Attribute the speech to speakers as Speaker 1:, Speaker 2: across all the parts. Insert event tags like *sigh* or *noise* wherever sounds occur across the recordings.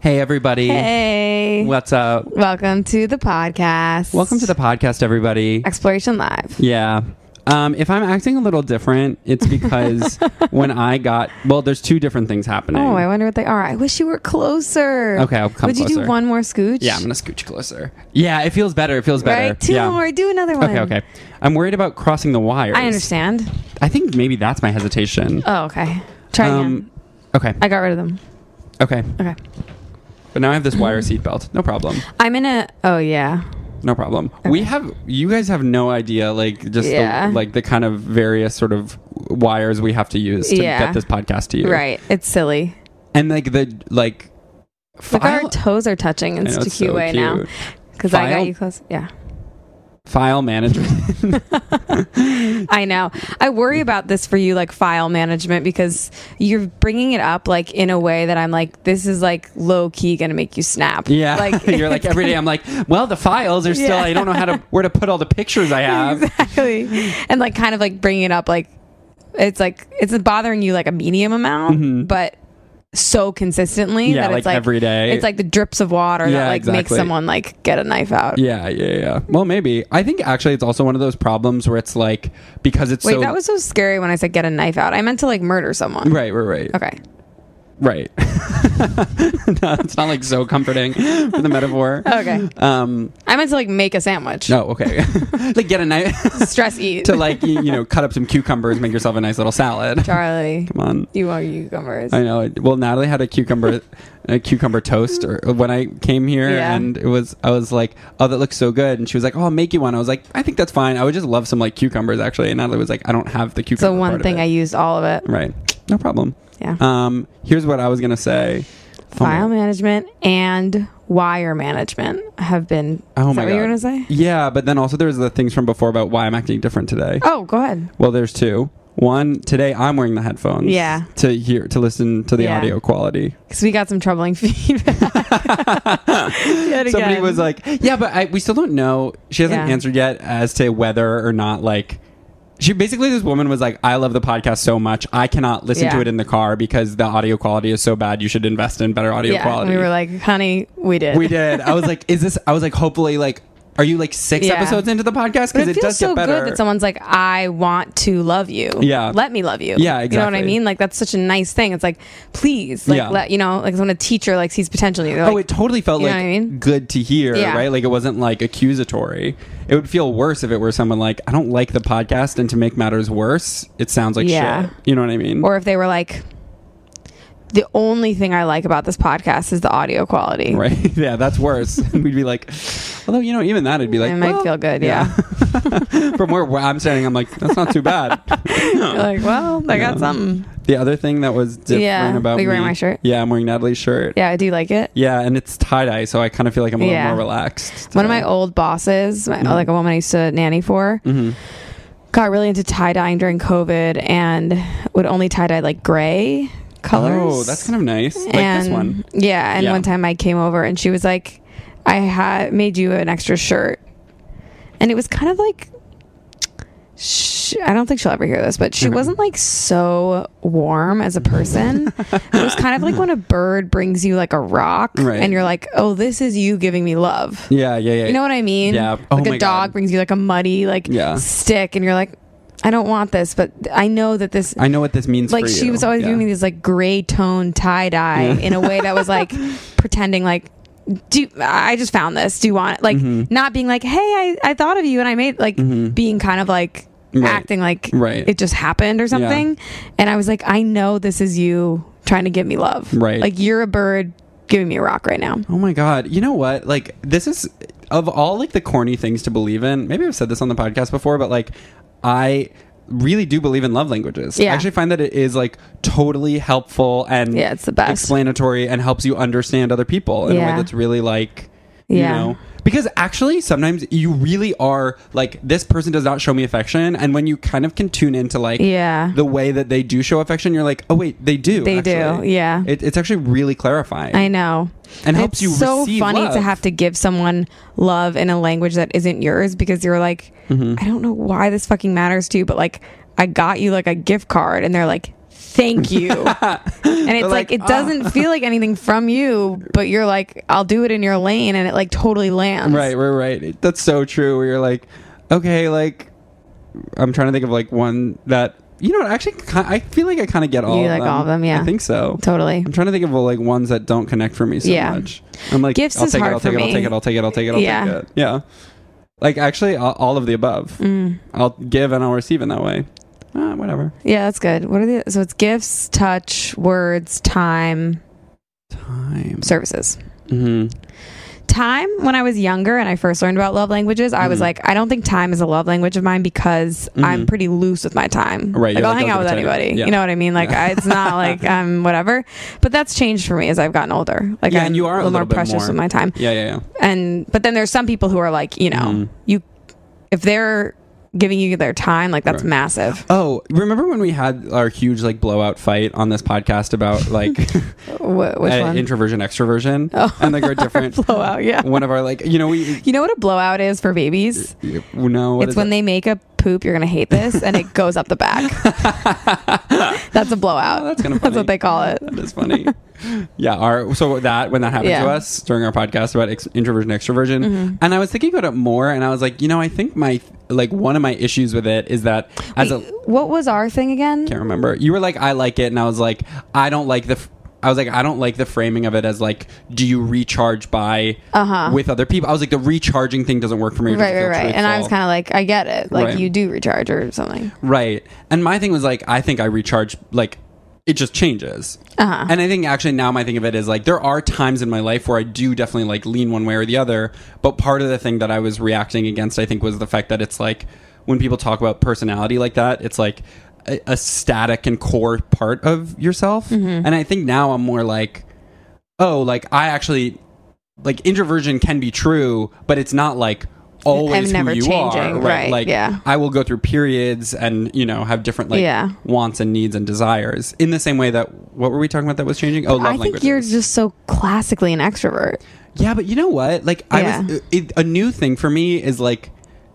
Speaker 1: Hey, everybody.
Speaker 2: Hey.
Speaker 1: What's up?
Speaker 2: Welcome to the podcast.
Speaker 1: Welcome to the podcast, everybody.
Speaker 2: Exploration Live.
Speaker 1: Yeah. Um, if I'm acting a little different, it's
Speaker 2: *laughs*
Speaker 1: because when I got, well, there's two different things happening.
Speaker 2: Oh, I wonder what they are. I wish you were closer.
Speaker 1: Okay, I'll come
Speaker 2: Would you do
Speaker 1: closer.
Speaker 2: one more scooch?
Speaker 1: yeah, I'm going to scooch closer. Yeah, it feels better. It feels better.
Speaker 2: Right? Two
Speaker 1: yeah.
Speaker 2: more. Do another one.
Speaker 1: Okay, okay. I'm worried about crossing the wires.
Speaker 2: I understand.
Speaker 1: I think maybe that's my hesitation.
Speaker 2: Oh, okay. Try
Speaker 1: Um,
Speaker 2: again.
Speaker 1: okay,
Speaker 2: I got rid of them.
Speaker 1: okay.
Speaker 2: Okay.
Speaker 1: But now I have this wire seatbelt. No problem.
Speaker 2: I'm in a. Oh, yeah.
Speaker 1: No problem. We have you guys have no idea like just
Speaker 2: Yeah.
Speaker 1: the, like the kind of various sort of wires we have to use to
Speaker 2: Yeah.
Speaker 1: get this podcast to you.
Speaker 2: Right. It's silly.
Speaker 1: And like the like
Speaker 2: Look,
Speaker 1: file
Speaker 2: our toes are touching in
Speaker 1: I know,
Speaker 2: such a
Speaker 1: it's
Speaker 2: cute
Speaker 1: so
Speaker 2: way now.
Speaker 1: cute.
Speaker 2: Because I
Speaker 1: File-
Speaker 2: got you close. Yeah.
Speaker 1: file management. *laughs*
Speaker 2: I know. I worry about this for you, like file management, because you're bringing it up like in a way that I'm like, this is like low key going to make you snap.
Speaker 1: yeah. *laughs*
Speaker 2: Like
Speaker 1: you're like every day I'm like, well the files are still
Speaker 2: Yeah.
Speaker 1: I don't know how
Speaker 2: *laughs*
Speaker 1: to where to put all the pictures I have.
Speaker 2: exactly, *laughs* and like kind of like bringing it up like it's like it's bothering you like a medium amount, but so consistently
Speaker 1: Mm-hmm. Yeah,
Speaker 2: that
Speaker 1: like
Speaker 2: it's like
Speaker 1: every day.
Speaker 2: It's like the drips of water
Speaker 1: Yeah,
Speaker 2: that like makes
Speaker 1: exactly.
Speaker 2: someone like get a knife out.
Speaker 1: Yeah, yeah, yeah. Well, maybe. I think actually it's also one of those problems where it's like because it's
Speaker 2: Wait,
Speaker 1: so
Speaker 2: that was so scary when I said get a knife out. I meant to like murder someone.
Speaker 1: Right, right, right.
Speaker 2: Okay.
Speaker 1: Right. *laughs* no, it's not like so comforting for the metaphor. *laughs*
Speaker 2: *laughs* Okay.
Speaker 1: Um,
Speaker 2: I meant to like make a sandwich.
Speaker 1: no, Oh, okay. *laughs* like get a knife
Speaker 2: *laughs* Stress eat.
Speaker 1: to like you, you know cut up some cucumbers, make yourself a nice little salad.
Speaker 2: Charlie.
Speaker 1: Come on.
Speaker 2: You are cucumbers.
Speaker 1: I know. Well, Natalie had a cucumber, a cucumber toast, or uh, when I came here,
Speaker 2: Yeah.
Speaker 1: and it was, I was like, "Oh, that looks so good," and she was like, "Oh, I'll make you one." I was like, "I think that's fine. I would just love some like cucumbers, actually." And Natalie was like, "I don't have the cucumber."
Speaker 2: So one
Speaker 1: part of
Speaker 2: thing I
Speaker 1: it."
Speaker 2: used all of it.
Speaker 1: right, no problem.
Speaker 2: Yeah.
Speaker 1: Um, here's what I was gonna say. Oh my-
Speaker 2: File management and wire management have been.
Speaker 1: Oh
Speaker 2: is
Speaker 1: my
Speaker 2: that what you were
Speaker 1: God.
Speaker 2: gonna say?
Speaker 1: Yeah, but then also there's the things from before about why I'm acting different today.
Speaker 2: Oh, go ahead.
Speaker 1: Well, there's two. One today, I'm wearing the headphones.
Speaker 2: Yeah.
Speaker 1: To hear to listen to the
Speaker 2: Yeah.
Speaker 1: audio quality.
Speaker 2: Because we got some
Speaker 1: *laughs*
Speaker 2: troubling *laughs* feedback. Yet
Speaker 1: Somebody
Speaker 2: again.
Speaker 1: was like, "Yeah, but I, we still don't know." She hasn't
Speaker 2: Yeah.
Speaker 1: answered yet as to whether or not like. She basically, this woman was like, "I love the podcast so much, I cannot listen to
Speaker 2: Yeah.
Speaker 1: it in the car because the audio quality is so bad. You should invest in better audio
Speaker 2: yeah.
Speaker 1: quality."
Speaker 2: We were like, *laughs* honey, we did.
Speaker 1: "We did." I was like, "Is this?" I was like, "Hopefully, like, are you like six
Speaker 2: Yeah.
Speaker 1: episodes into the podcast?
Speaker 2: But
Speaker 1: Because
Speaker 2: it,
Speaker 1: it,
Speaker 2: feels
Speaker 1: does
Speaker 2: so
Speaker 1: get better."
Speaker 2: good that someone's like, I want to love you.
Speaker 1: Yeah.
Speaker 2: Let me love you.
Speaker 1: Yeah,
Speaker 2: You know what I
Speaker 1: exactly.
Speaker 2: mean? Like, that's such a nice thing. It's like, please, like,
Speaker 1: Yeah.
Speaker 2: let, you know, like when a teacher like sees potential in you. they're
Speaker 1: oh,
Speaker 2: like,
Speaker 1: it totally felt
Speaker 2: you know
Speaker 1: like
Speaker 2: what I mean?
Speaker 1: good to hear,
Speaker 2: Yeah.
Speaker 1: right? Like it wasn't like accusatory. It would feel worse if it were someone like, I don't like the podcast, and to make matters worse, it sounds like
Speaker 2: Yeah.
Speaker 1: shit. You know what I mean?
Speaker 2: or if they were like, the only thing I like about this podcast is the audio
Speaker 1: *laughs*
Speaker 2: quality.
Speaker 1: right? yeah, that's
Speaker 2: *laughs*
Speaker 1: worse. *laughs* And we'd be like, although you know, even that, it'd be like,
Speaker 2: it might
Speaker 1: well,
Speaker 2: feel good. Yeah.
Speaker 1: From where where I'm standing, I'm like, that's not too
Speaker 2: *laughs*
Speaker 1: bad.
Speaker 2: You're like, well, I got something.
Speaker 1: the other thing that was different
Speaker 2: Yeah.
Speaker 1: about
Speaker 2: Are you
Speaker 1: me,
Speaker 2: wearing my shirt?
Speaker 1: Yeah, I'm wearing Natalie's shirt.
Speaker 2: Yeah, I do like it.
Speaker 1: Yeah, and it's tie dye, so I kind of feel like I'm a little
Speaker 2: Yeah.
Speaker 1: more relaxed.
Speaker 2: One of my
Speaker 1: today.
Speaker 2: old bosses,
Speaker 1: Mm-hmm.
Speaker 2: my, like a woman I used to nanny for,
Speaker 1: Oh,
Speaker 2: got really into tie dyeing during COVID and would only tie dye like gray colors.
Speaker 1: Oh, that's kind of nice. Like
Speaker 2: and
Speaker 1: this one.
Speaker 2: yeah, and
Speaker 1: Yeah.
Speaker 2: one time I came over and she was like, "I had made you an extra shirt," and it was kind of like, sh I don't think she'll ever hear this, but
Speaker 1: Mm-hmm.
Speaker 2: she wasn't like so warm as a person.
Speaker 1: *laughs*
Speaker 2: it was kind of like when a bird brings you like a rock,
Speaker 1: Right.
Speaker 2: and you're like, "Oh, this is you giving me love."
Speaker 1: Yeah, yeah, yeah.
Speaker 2: You know what I mean?
Speaker 1: Yeah.
Speaker 2: Like
Speaker 1: Oh
Speaker 2: a
Speaker 1: my
Speaker 2: dog
Speaker 1: God.
Speaker 2: brings you like a muddy like
Speaker 1: Yeah.
Speaker 2: stick, and you're like, "I don't want this," but I know that this
Speaker 1: I know what this means.
Speaker 2: like
Speaker 1: for
Speaker 2: she
Speaker 1: you.
Speaker 2: was always
Speaker 1: Yeah. *laughs*
Speaker 2: doing these like gray tone tie dye in a way that was like pretending like do I just found this? Do you want like
Speaker 1: Mm-hmm.
Speaker 2: not being like, hey, I, I thought of you and I made like being kind of like
Speaker 1: Right.
Speaker 2: acting like
Speaker 1: Right.
Speaker 2: it just happened or something. And I was like, I know this is you trying to give me love.
Speaker 1: Right.
Speaker 2: Like you're a bird giving me a rock right now.
Speaker 1: Oh my god. You know what? Like this is of all like the corny things to believe in. Maybe I've said this on the podcast before, but like I really do believe in love languages.
Speaker 2: Yeah.
Speaker 1: I actually find that it is like totally helpful and
Speaker 2: Yeah, it's the best.
Speaker 1: explanatory and helps you understand other people in a
Speaker 2: Yeah.
Speaker 1: way that's really like you
Speaker 2: Yeah.
Speaker 1: know because actually sometimes you really are like this person does not show me affection and when you kind of can tune into like
Speaker 2: Yeah.
Speaker 1: the way that they do show affection you're like oh wait they do
Speaker 2: They do,
Speaker 1: actually.
Speaker 2: yeah.
Speaker 1: it, it's actually really clarifying
Speaker 2: I know.
Speaker 1: And helps
Speaker 2: it's
Speaker 1: you
Speaker 2: so
Speaker 1: receive
Speaker 2: funny
Speaker 1: love.
Speaker 2: to have to give someone love in a language that isn't yours because you're like,
Speaker 1: Mm-hmm.
Speaker 2: I don't know why this fucking matters to you, but like, I got you like a gift card, and they're like,
Speaker 1: *laughs*
Speaker 2: thank you, and it's like,
Speaker 1: like, "Ah."
Speaker 2: it doesn't feel like anything from you, but you're like, I'll do it in your lane, and it like totally lands.
Speaker 1: Right, right, right. That's so true. Where you're like, okay, like, I'm trying to think of like one that you know. what, Actually, ki- I feel like I kind of get all.
Speaker 2: You
Speaker 1: of
Speaker 2: like
Speaker 1: them.
Speaker 2: all of them, yeah.
Speaker 1: I think so.
Speaker 2: Totally.
Speaker 1: I'm trying to think of well, like ones that don't connect for me so
Speaker 2: Yeah.
Speaker 1: much. I'm like,
Speaker 2: Gifts
Speaker 1: I'll
Speaker 2: is
Speaker 1: take
Speaker 2: hard
Speaker 1: it. I'll
Speaker 2: for
Speaker 1: take
Speaker 2: me.
Speaker 1: it. I'll take it. I'll take it. I'll take it. I'll
Speaker 2: Yeah.
Speaker 1: take it. Yeah. Like actually, all, all of the above.
Speaker 2: Mm.
Speaker 1: I'll give and I'll receive in that way. Ah, whatever.
Speaker 2: Yeah, that's good. What are the so it's gifts, touch, words, time,
Speaker 1: Time.
Speaker 2: services.
Speaker 1: hmm
Speaker 2: time when I was younger and I first learned about love languages, I was
Speaker 1: Mm.
Speaker 2: like, I don't think time is a love language of mine because I'm pretty loose with my time.
Speaker 1: Mm-hmm. Right,
Speaker 2: Like,
Speaker 1: you're
Speaker 2: I'll
Speaker 1: like,
Speaker 2: hang
Speaker 1: "Don't give
Speaker 2: out with
Speaker 1: it to
Speaker 2: anybody.
Speaker 1: anybody." Yeah.
Speaker 2: You know what I mean? Like, I,
Speaker 1: *laughs*
Speaker 2: it's not like I'm whatever. But that's changed for me as I've gotten older. Like,
Speaker 1: Yeah,
Speaker 2: I'm
Speaker 1: and you are a
Speaker 2: little more
Speaker 1: little bit
Speaker 2: precious
Speaker 1: more-
Speaker 2: with my time.
Speaker 1: Yeah, yeah, yeah.
Speaker 2: And but then there's some people who are like, you know,
Speaker 1: Mm.
Speaker 2: you if they're giving you their time, like that's
Speaker 1: Right.
Speaker 2: massive.
Speaker 1: Oh, remember when we had our huge like blowout fight on this podcast about
Speaker 2: *laughs*
Speaker 1: like
Speaker 2: Wh- which
Speaker 1: uh,
Speaker 2: one? Oh.
Speaker 1: introversion extroversion and like our different
Speaker 2: *laughs*
Speaker 1: *laughs*
Speaker 2: blowout, yeah.
Speaker 1: one of our like you know
Speaker 2: *laughs*
Speaker 1: we
Speaker 2: you know what a blowout is for babies?
Speaker 1: no what
Speaker 2: it's
Speaker 1: is
Speaker 2: when
Speaker 1: it?
Speaker 2: they make a poop. You're gonna hate this, and it goes up
Speaker 1: *laughs*
Speaker 2: the back. that's a blowout.
Speaker 1: Oh, that's kinda
Speaker 2: what
Speaker 1: funny.
Speaker 2: they call it.
Speaker 1: that is
Speaker 2: *laughs*
Speaker 1: funny yeah our so that when that happened
Speaker 2: Yeah. Mm-hmm.
Speaker 1: to us during our podcast about ex- introversion extroversion and i was thinking about it more and i was like you know i think my like one of my issues with it is that as a
Speaker 2: What was our thing again?
Speaker 1: can't remember. You were like, I like it, and I was like, I don't like the. F- I was like, I don't like the framing of it as like, do you recharge by with other people? I was like, the recharging thing doesn't work for me. It
Speaker 2: Uh-huh. Right,
Speaker 1: doesn't
Speaker 2: right,
Speaker 1: feel
Speaker 2: right. And I was
Speaker 1: truthful.
Speaker 2: kind of like, I get it. Like
Speaker 1: Right.
Speaker 2: you do recharge or something.
Speaker 1: Right. And my thing was like, I think I recharge, like, it just changes. Uh-huh. And I think actually now my thing of it is like, there are times in my life where I do definitely like lean one way or the other. But part of the thing that I was reacting against, I think, was the fact that it's like, when people talk about personality like that, it's like a, a static and core part of yourself.
Speaker 2: Mm-hmm.
Speaker 1: And I think now I'm more like, oh, like, I actually, like, introversion can be true, but it's not like, always
Speaker 2: never
Speaker 1: who you are
Speaker 2: changing, right,
Speaker 1: like
Speaker 2: yeah.
Speaker 1: I will go through periods and you know have different like
Speaker 2: Yeah.
Speaker 1: wants and needs and desires in the same way that what were we talking about that was changing? Oh, love
Speaker 2: I think
Speaker 1: languages.
Speaker 2: you're just so classically an extrovert.
Speaker 1: yeah, but you know what? Like I
Speaker 2: Yeah.
Speaker 1: was it, a new thing for me is like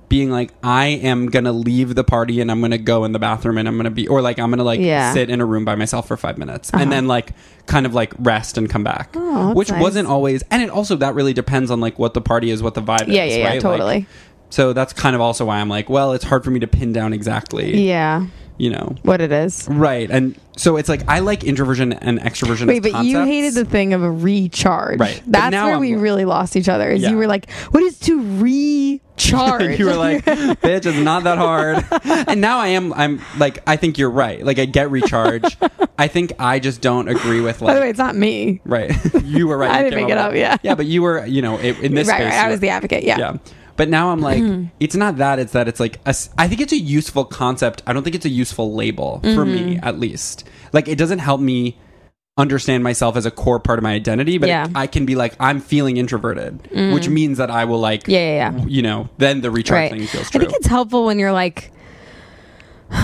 Speaker 1: being like I am gonna leave the party and I'm gonna go in the bathroom and I'm gonna be or like I'm gonna like
Speaker 2: Yeah. Uh-huh.
Speaker 1: sit in a room by myself for five minutes and then like kind of like rest and come back,
Speaker 2: Oh, that's
Speaker 1: which
Speaker 2: nice.
Speaker 1: wasn't always. And it also that really depends on like what the party is, what the vibe
Speaker 2: Yeah,
Speaker 1: is.
Speaker 2: yeah, yeah,
Speaker 1: right? Like,
Speaker 2: totally.
Speaker 1: so that's kind of also why I'm like, well, it's hard for me to pin down exactly.
Speaker 2: Yeah,
Speaker 1: you know.
Speaker 2: what it is.
Speaker 1: Right. And so it's like I like introversion and extroversion.
Speaker 2: Wait,
Speaker 1: as
Speaker 2: but you
Speaker 1: concepts.
Speaker 2: hated the thing of a recharge.
Speaker 1: Right. But
Speaker 2: That's
Speaker 1: now
Speaker 2: where
Speaker 1: I'm-
Speaker 2: we really lost each other. Is
Speaker 1: Yeah.
Speaker 2: you were like, "What
Speaker 1: *laughs*
Speaker 2: is to recharge?"
Speaker 1: you were like, bitch, it's not that hard. and now I am I'm like I think you're right. Like I get
Speaker 2: *laughs*
Speaker 1: recharge. I think I just don't agree with
Speaker 2: *laughs* "By the way,
Speaker 1: like
Speaker 2: it's not me."
Speaker 1: Right. *laughs* you were right.
Speaker 2: I
Speaker 1: You
Speaker 2: didn't
Speaker 1: came
Speaker 2: make it up,
Speaker 1: with-
Speaker 2: yeah.
Speaker 1: Yeah, but you were, you know, it, in this
Speaker 2: right,
Speaker 1: space.
Speaker 2: right.
Speaker 1: you
Speaker 2: I
Speaker 1: were-
Speaker 2: was the advocate. Yeah. Mm-hmm.
Speaker 1: yeah. But now I'm like, it's not that. It's that it's like, a s I think it's a useful concept. I don't think it's a useful label for me,
Speaker 2: Mm-hmm.
Speaker 1: at least. Like, it doesn't help me understand myself as a core part of my identity, but it-
Speaker 2: Yeah. Mm.
Speaker 1: I can be like, I'm feeling introverted, which means that I will, like,
Speaker 2: Yeah, yeah, yeah.
Speaker 1: you know, then the recharge
Speaker 2: right.
Speaker 1: thing feels
Speaker 2: I
Speaker 1: true.
Speaker 2: think it's helpful when you're like, *sighs*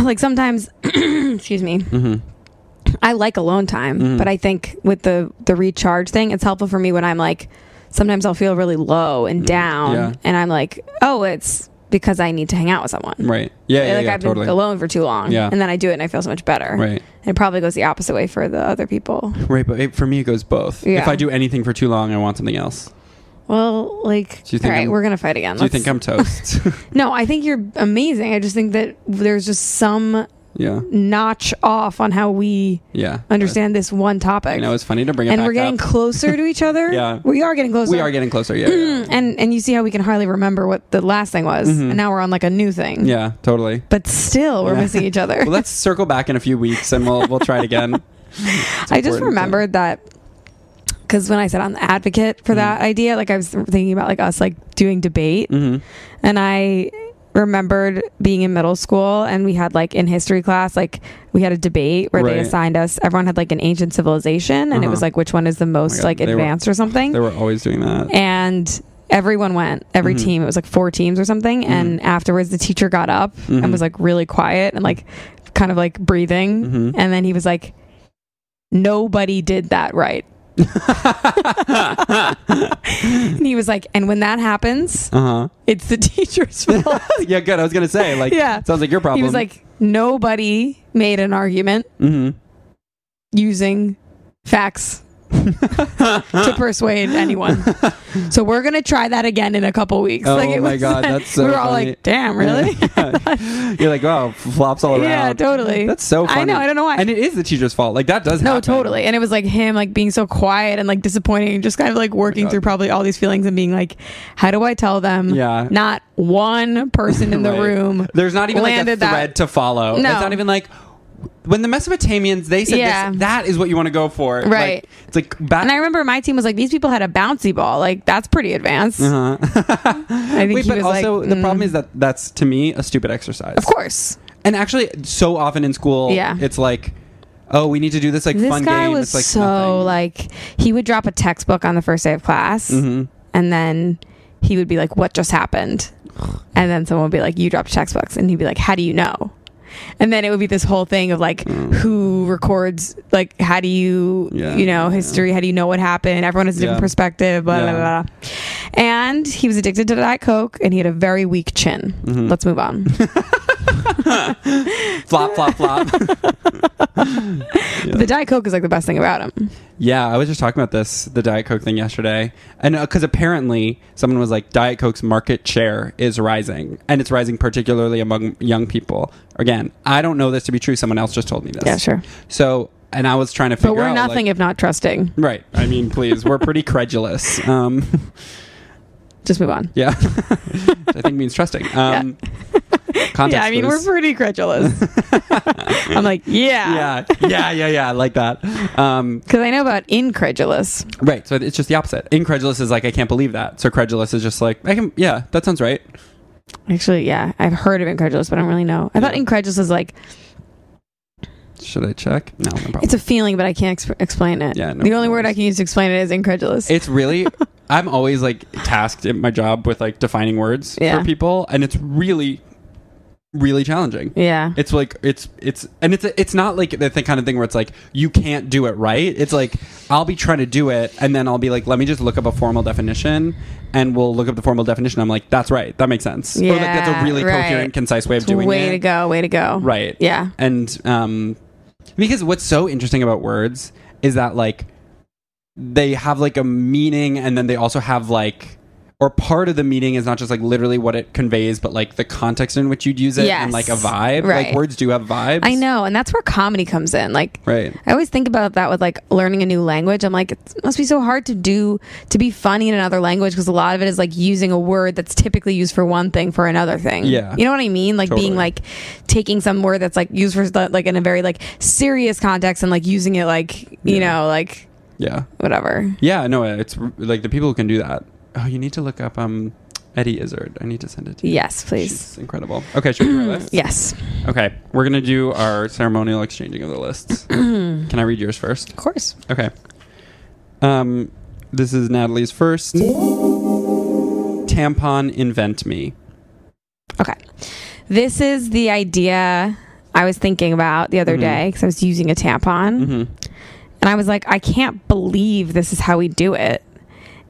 Speaker 2: like sometimes, *clears throat* excuse me.
Speaker 1: Mm-hmm.
Speaker 2: I like alone time, but I think with the the recharge thing, it's helpful for me when I'm like, sometimes I'll feel really low and
Speaker 1: Mm,
Speaker 2: down,
Speaker 1: Yeah.
Speaker 2: and I'm like, oh, it's because I need to hang out with someone.
Speaker 1: right. Yeah, yeah,
Speaker 2: like
Speaker 1: yeah,
Speaker 2: I've
Speaker 1: totally.
Speaker 2: been alone for too long,
Speaker 1: Yeah.
Speaker 2: and then I do it and I feel so much better.
Speaker 1: Right.
Speaker 2: And it probably goes the opposite way for the other people.
Speaker 1: Right, but it, for me, it goes both.
Speaker 2: Yeah.
Speaker 1: If I do anything for too long, I want something else.
Speaker 2: Well, like,
Speaker 1: Do you
Speaker 2: all
Speaker 1: think
Speaker 2: right,
Speaker 1: I'm-
Speaker 2: we're gonna fight again.
Speaker 1: Do you
Speaker 2: Let's-
Speaker 1: think I'm toast? *laughs*
Speaker 2: No, I think you're amazing. I just think that there's just some
Speaker 1: Yeah.
Speaker 2: notch off on how we
Speaker 1: Yeah.
Speaker 2: understand this one topic.
Speaker 1: You know, it's funny to bring it
Speaker 2: and
Speaker 1: back
Speaker 2: we're getting
Speaker 1: up. *laughs*
Speaker 2: closer to each other.
Speaker 1: Yeah.
Speaker 2: we are getting closer. Hmm,
Speaker 1: we are getting closer. Yeah.
Speaker 2: *clears throat*
Speaker 1: yeah.
Speaker 2: and and you see how we can hardly remember what the last thing was, and now we're on like a new thing.
Speaker 1: Mm-hmm. yeah, totally.
Speaker 2: but still we're
Speaker 1: Yeah.
Speaker 2: missing
Speaker 1: *laughs*
Speaker 2: each other.
Speaker 1: Well,
Speaker 2: *laughs*
Speaker 1: let's circle back in a few weeks and we'll we'll try it again.
Speaker 2: I just
Speaker 1: important,
Speaker 2: remembered that because when I said I'm the advocate
Speaker 1: Mm-hmm.
Speaker 2: for that idea, like I was thinking about like us like doing debate,
Speaker 1: Mm-hmm.
Speaker 2: and I remembered being in middle school and we had like in history class like we had a debate where they
Speaker 1: Right.
Speaker 2: assigned us everyone had like an ancient civilization and it was
Speaker 1: Uh-huh.
Speaker 2: like which one is the most
Speaker 1: God,
Speaker 2: like
Speaker 1: they were-
Speaker 2: advanced or something
Speaker 1: They were always doing that.
Speaker 2: and everyone went every
Speaker 1: Mm-hmm.
Speaker 2: team it was like four teams or something and afterwards the teacher got up
Speaker 1: Mm-hmm.
Speaker 2: and was like really quiet and like kind of like breathing
Speaker 1: Mm-hmm.
Speaker 2: and then he was like nobody did that right
Speaker 1: *laughs*
Speaker 2: and he was like and when that happens
Speaker 1: Uh huh.
Speaker 2: it's the *laughs* teacher's fault
Speaker 1: *laughs* Yeah, good. I was gonna say, like,
Speaker 2: Yeah.
Speaker 1: sounds like your problem.
Speaker 2: he was like nobody made an argument
Speaker 1: Mhm.
Speaker 2: using
Speaker 1: *laughs*
Speaker 2: facts *laughs* to persuade anyone. So we're gonna try that again in a couple weeks.
Speaker 1: Oh my
Speaker 2: *laughs*
Speaker 1: God, that's so
Speaker 2: we were all
Speaker 1: funny.
Speaker 2: like,
Speaker 1: *laughs*
Speaker 2: "Damn, *laughs* really?"
Speaker 1: you're like, wow, flops all around.
Speaker 2: Yeah, totally.
Speaker 1: That's so funny.
Speaker 2: I know. I don't know why.
Speaker 1: And it is the teacher's fault. Like that does
Speaker 2: no,
Speaker 1: happen.
Speaker 2: totally. And it was like him, like being so quiet and like disappointing, just kind of like working
Speaker 1: Oh God.
Speaker 2: through probably all these feelings and being like, "How do I tell them?"
Speaker 1: Yeah.
Speaker 2: not one person in the
Speaker 1: *laughs* Right.
Speaker 2: room.
Speaker 1: There's not even like a
Speaker 2: landed
Speaker 1: thread
Speaker 2: that.
Speaker 1: to follow.
Speaker 2: No.
Speaker 1: It's not even like when the Mesopotamians they said
Speaker 2: Yeah.
Speaker 1: this, that is what you want to go for. Like,
Speaker 2: Right.
Speaker 1: it's like back.
Speaker 2: And I remember my team was like, "These people had a bouncy ball. Like that's pretty advanced."
Speaker 1: Uh-huh.
Speaker 2: I think
Speaker 1: Wait,
Speaker 2: he
Speaker 1: but
Speaker 2: was
Speaker 1: also
Speaker 2: like,
Speaker 1: the
Speaker 2: "Mm,
Speaker 1: problem is that that's to me a stupid exercise.
Speaker 2: of course.
Speaker 1: And actually, so often in school,
Speaker 2: Yeah.
Speaker 1: it's like, oh, we need to do this like
Speaker 2: this
Speaker 1: fun
Speaker 2: guy
Speaker 1: game.
Speaker 2: was
Speaker 1: it's like
Speaker 2: so
Speaker 1: nothing.
Speaker 2: like he would drop a textbook on the first day of class
Speaker 1: Mm-hmm.
Speaker 2: and then he would be like what just happened and then someone would be like you dropped textbooks and he'd be like how do you know and then it would be this whole thing of like who records like how do you
Speaker 1: Mm. Yeah,
Speaker 2: you know history how do you know what happened everyone has a different
Speaker 1: Yeah.
Speaker 2: perspective blah, blah
Speaker 1: Yeah.
Speaker 2: blah blah and he was addicted to diet coke and he had a very weak chin
Speaker 1: Mm-hmm.
Speaker 2: let's
Speaker 1: *laughs*
Speaker 2: move on
Speaker 1: flop, flop,
Speaker 2: *laughs*
Speaker 1: flop.
Speaker 2: But the diet coke is like the best thing about him
Speaker 1: yeah, I was just talking about this the Diet Coke thing yesterday, and because apparently someone was like, Diet Coke's market share is rising, and it's rising particularly among young people. Again, I don't know this to be true. Someone else just told me this.
Speaker 2: yeah sure
Speaker 1: So, and I was trying to figure
Speaker 2: but we're
Speaker 1: out,
Speaker 2: nothing
Speaker 1: like-
Speaker 2: if not trusting
Speaker 1: right. I mean, please, we're pretty *laughs* credulous. Um, *laughs*
Speaker 2: just move on
Speaker 1: yeah, *laughs* Which I think means trusting. Um, Context
Speaker 2: *laughs* yeah, I mean,
Speaker 1: clues.
Speaker 2: we're pretty credulous.
Speaker 1: *laughs*
Speaker 2: I'm like, yeah.
Speaker 1: yeah, yeah, yeah, yeah. I like that. Um,
Speaker 2: Because I know about incredulous.
Speaker 1: right. So it's just the opposite. Incredulous is like, I can't believe that. So credulous is just like, I can, yeah, that sounds right.
Speaker 2: Actually, yeah, I've heard of incredulous, but I don't really know. I thought
Speaker 1: Yeah.
Speaker 2: incredulous is like,
Speaker 1: Should I check? No, no problem.
Speaker 2: it's a feeling, but I can't exp- explain it.
Speaker 1: Oh. Yeah, no
Speaker 2: the only word
Speaker 1: worries.
Speaker 2: I can use to explain it is incredulous.
Speaker 1: It's
Speaker 2: *laughs*
Speaker 1: really, I'm always like tasked at my job with like defining words
Speaker 2: Yeah.
Speaker 1: for people, and it's really, really challenging.
Speaker 2: yeah.
Speaker 1: It's like it's it's and it's it's not like the thing, kind of thing where it's like you can't do it right. It's like I'll be trying to do it and then I'll be like, let me just look up a formal definition, and we'll look up the formal definition. I'm like, that's right, that makes sense. or like that's
Speaker 2: Yeah,
Speaker 1: a really
Speaker 2: right.
Speaker 1: coherent, concise way of doing
Speaker 2: way
Speaker 1: it.
Speaker 2: to go, way to go.
Speaker 1: Right.
Speaker 2: Yeah.
Speaker 1: And um, because what's so interesting about words is that like they have like a meaning, and then they also have like. Or part of the meaning is not just like literally what it conveys, but like the context in which you'd use it
Speaker 2: Yes.
Speaker 1: and like a vibe.
Speaker 2: Right.
Speaker 1: Like words do have vibes.
Speaker 2: I know. And that's where comedy comes in. Like,
Speaker 1: Right.
Speaker 2: I always think about that with like learning a new language. I'm like, it must be so hard to do to be funny in another language because a lot of it is like using a word that's typically used for one thing for another thing.
Speaker 1: Yeah.
Speaker 2: you know what I mean? Like being
Speaker 1: Totally.
Speaker 2: like taking some word that's like used for the- like in a very like serious context and like using it like you
Speaker 1: Yeah.
Speaker 2: know like
Speaker 1: Yeah.
Speaker 2: whatever.
Speaker 1: Yeah. No, it's r- like the people who can do that. Oh, you need to look up um Eddie Izzard. I need to send it to you.
Speaker 2: Yes, please.
Speaker 1: She's incredible. Okay, should we do our
Speaker 2: *clears throat*
Speaker 1: list?
Speaker 2: Yes,
Speaker 1: Okay, we're gonna do our ceremonial exchanging of the
Speaker 2: *clears throat*
Speaker 1: lists. Can I read yours first?
Speaker 2: of course.
Speaker 1: Okay. Um, this is Natalie's first. Tampon invent me.
Speaker 2: Okay. This is the idea I was thinking about the other day because I was using a tampon.
Speaker 1: Mm-hmm.
Speaker 2: And I was like, I can't believe this is how we do it.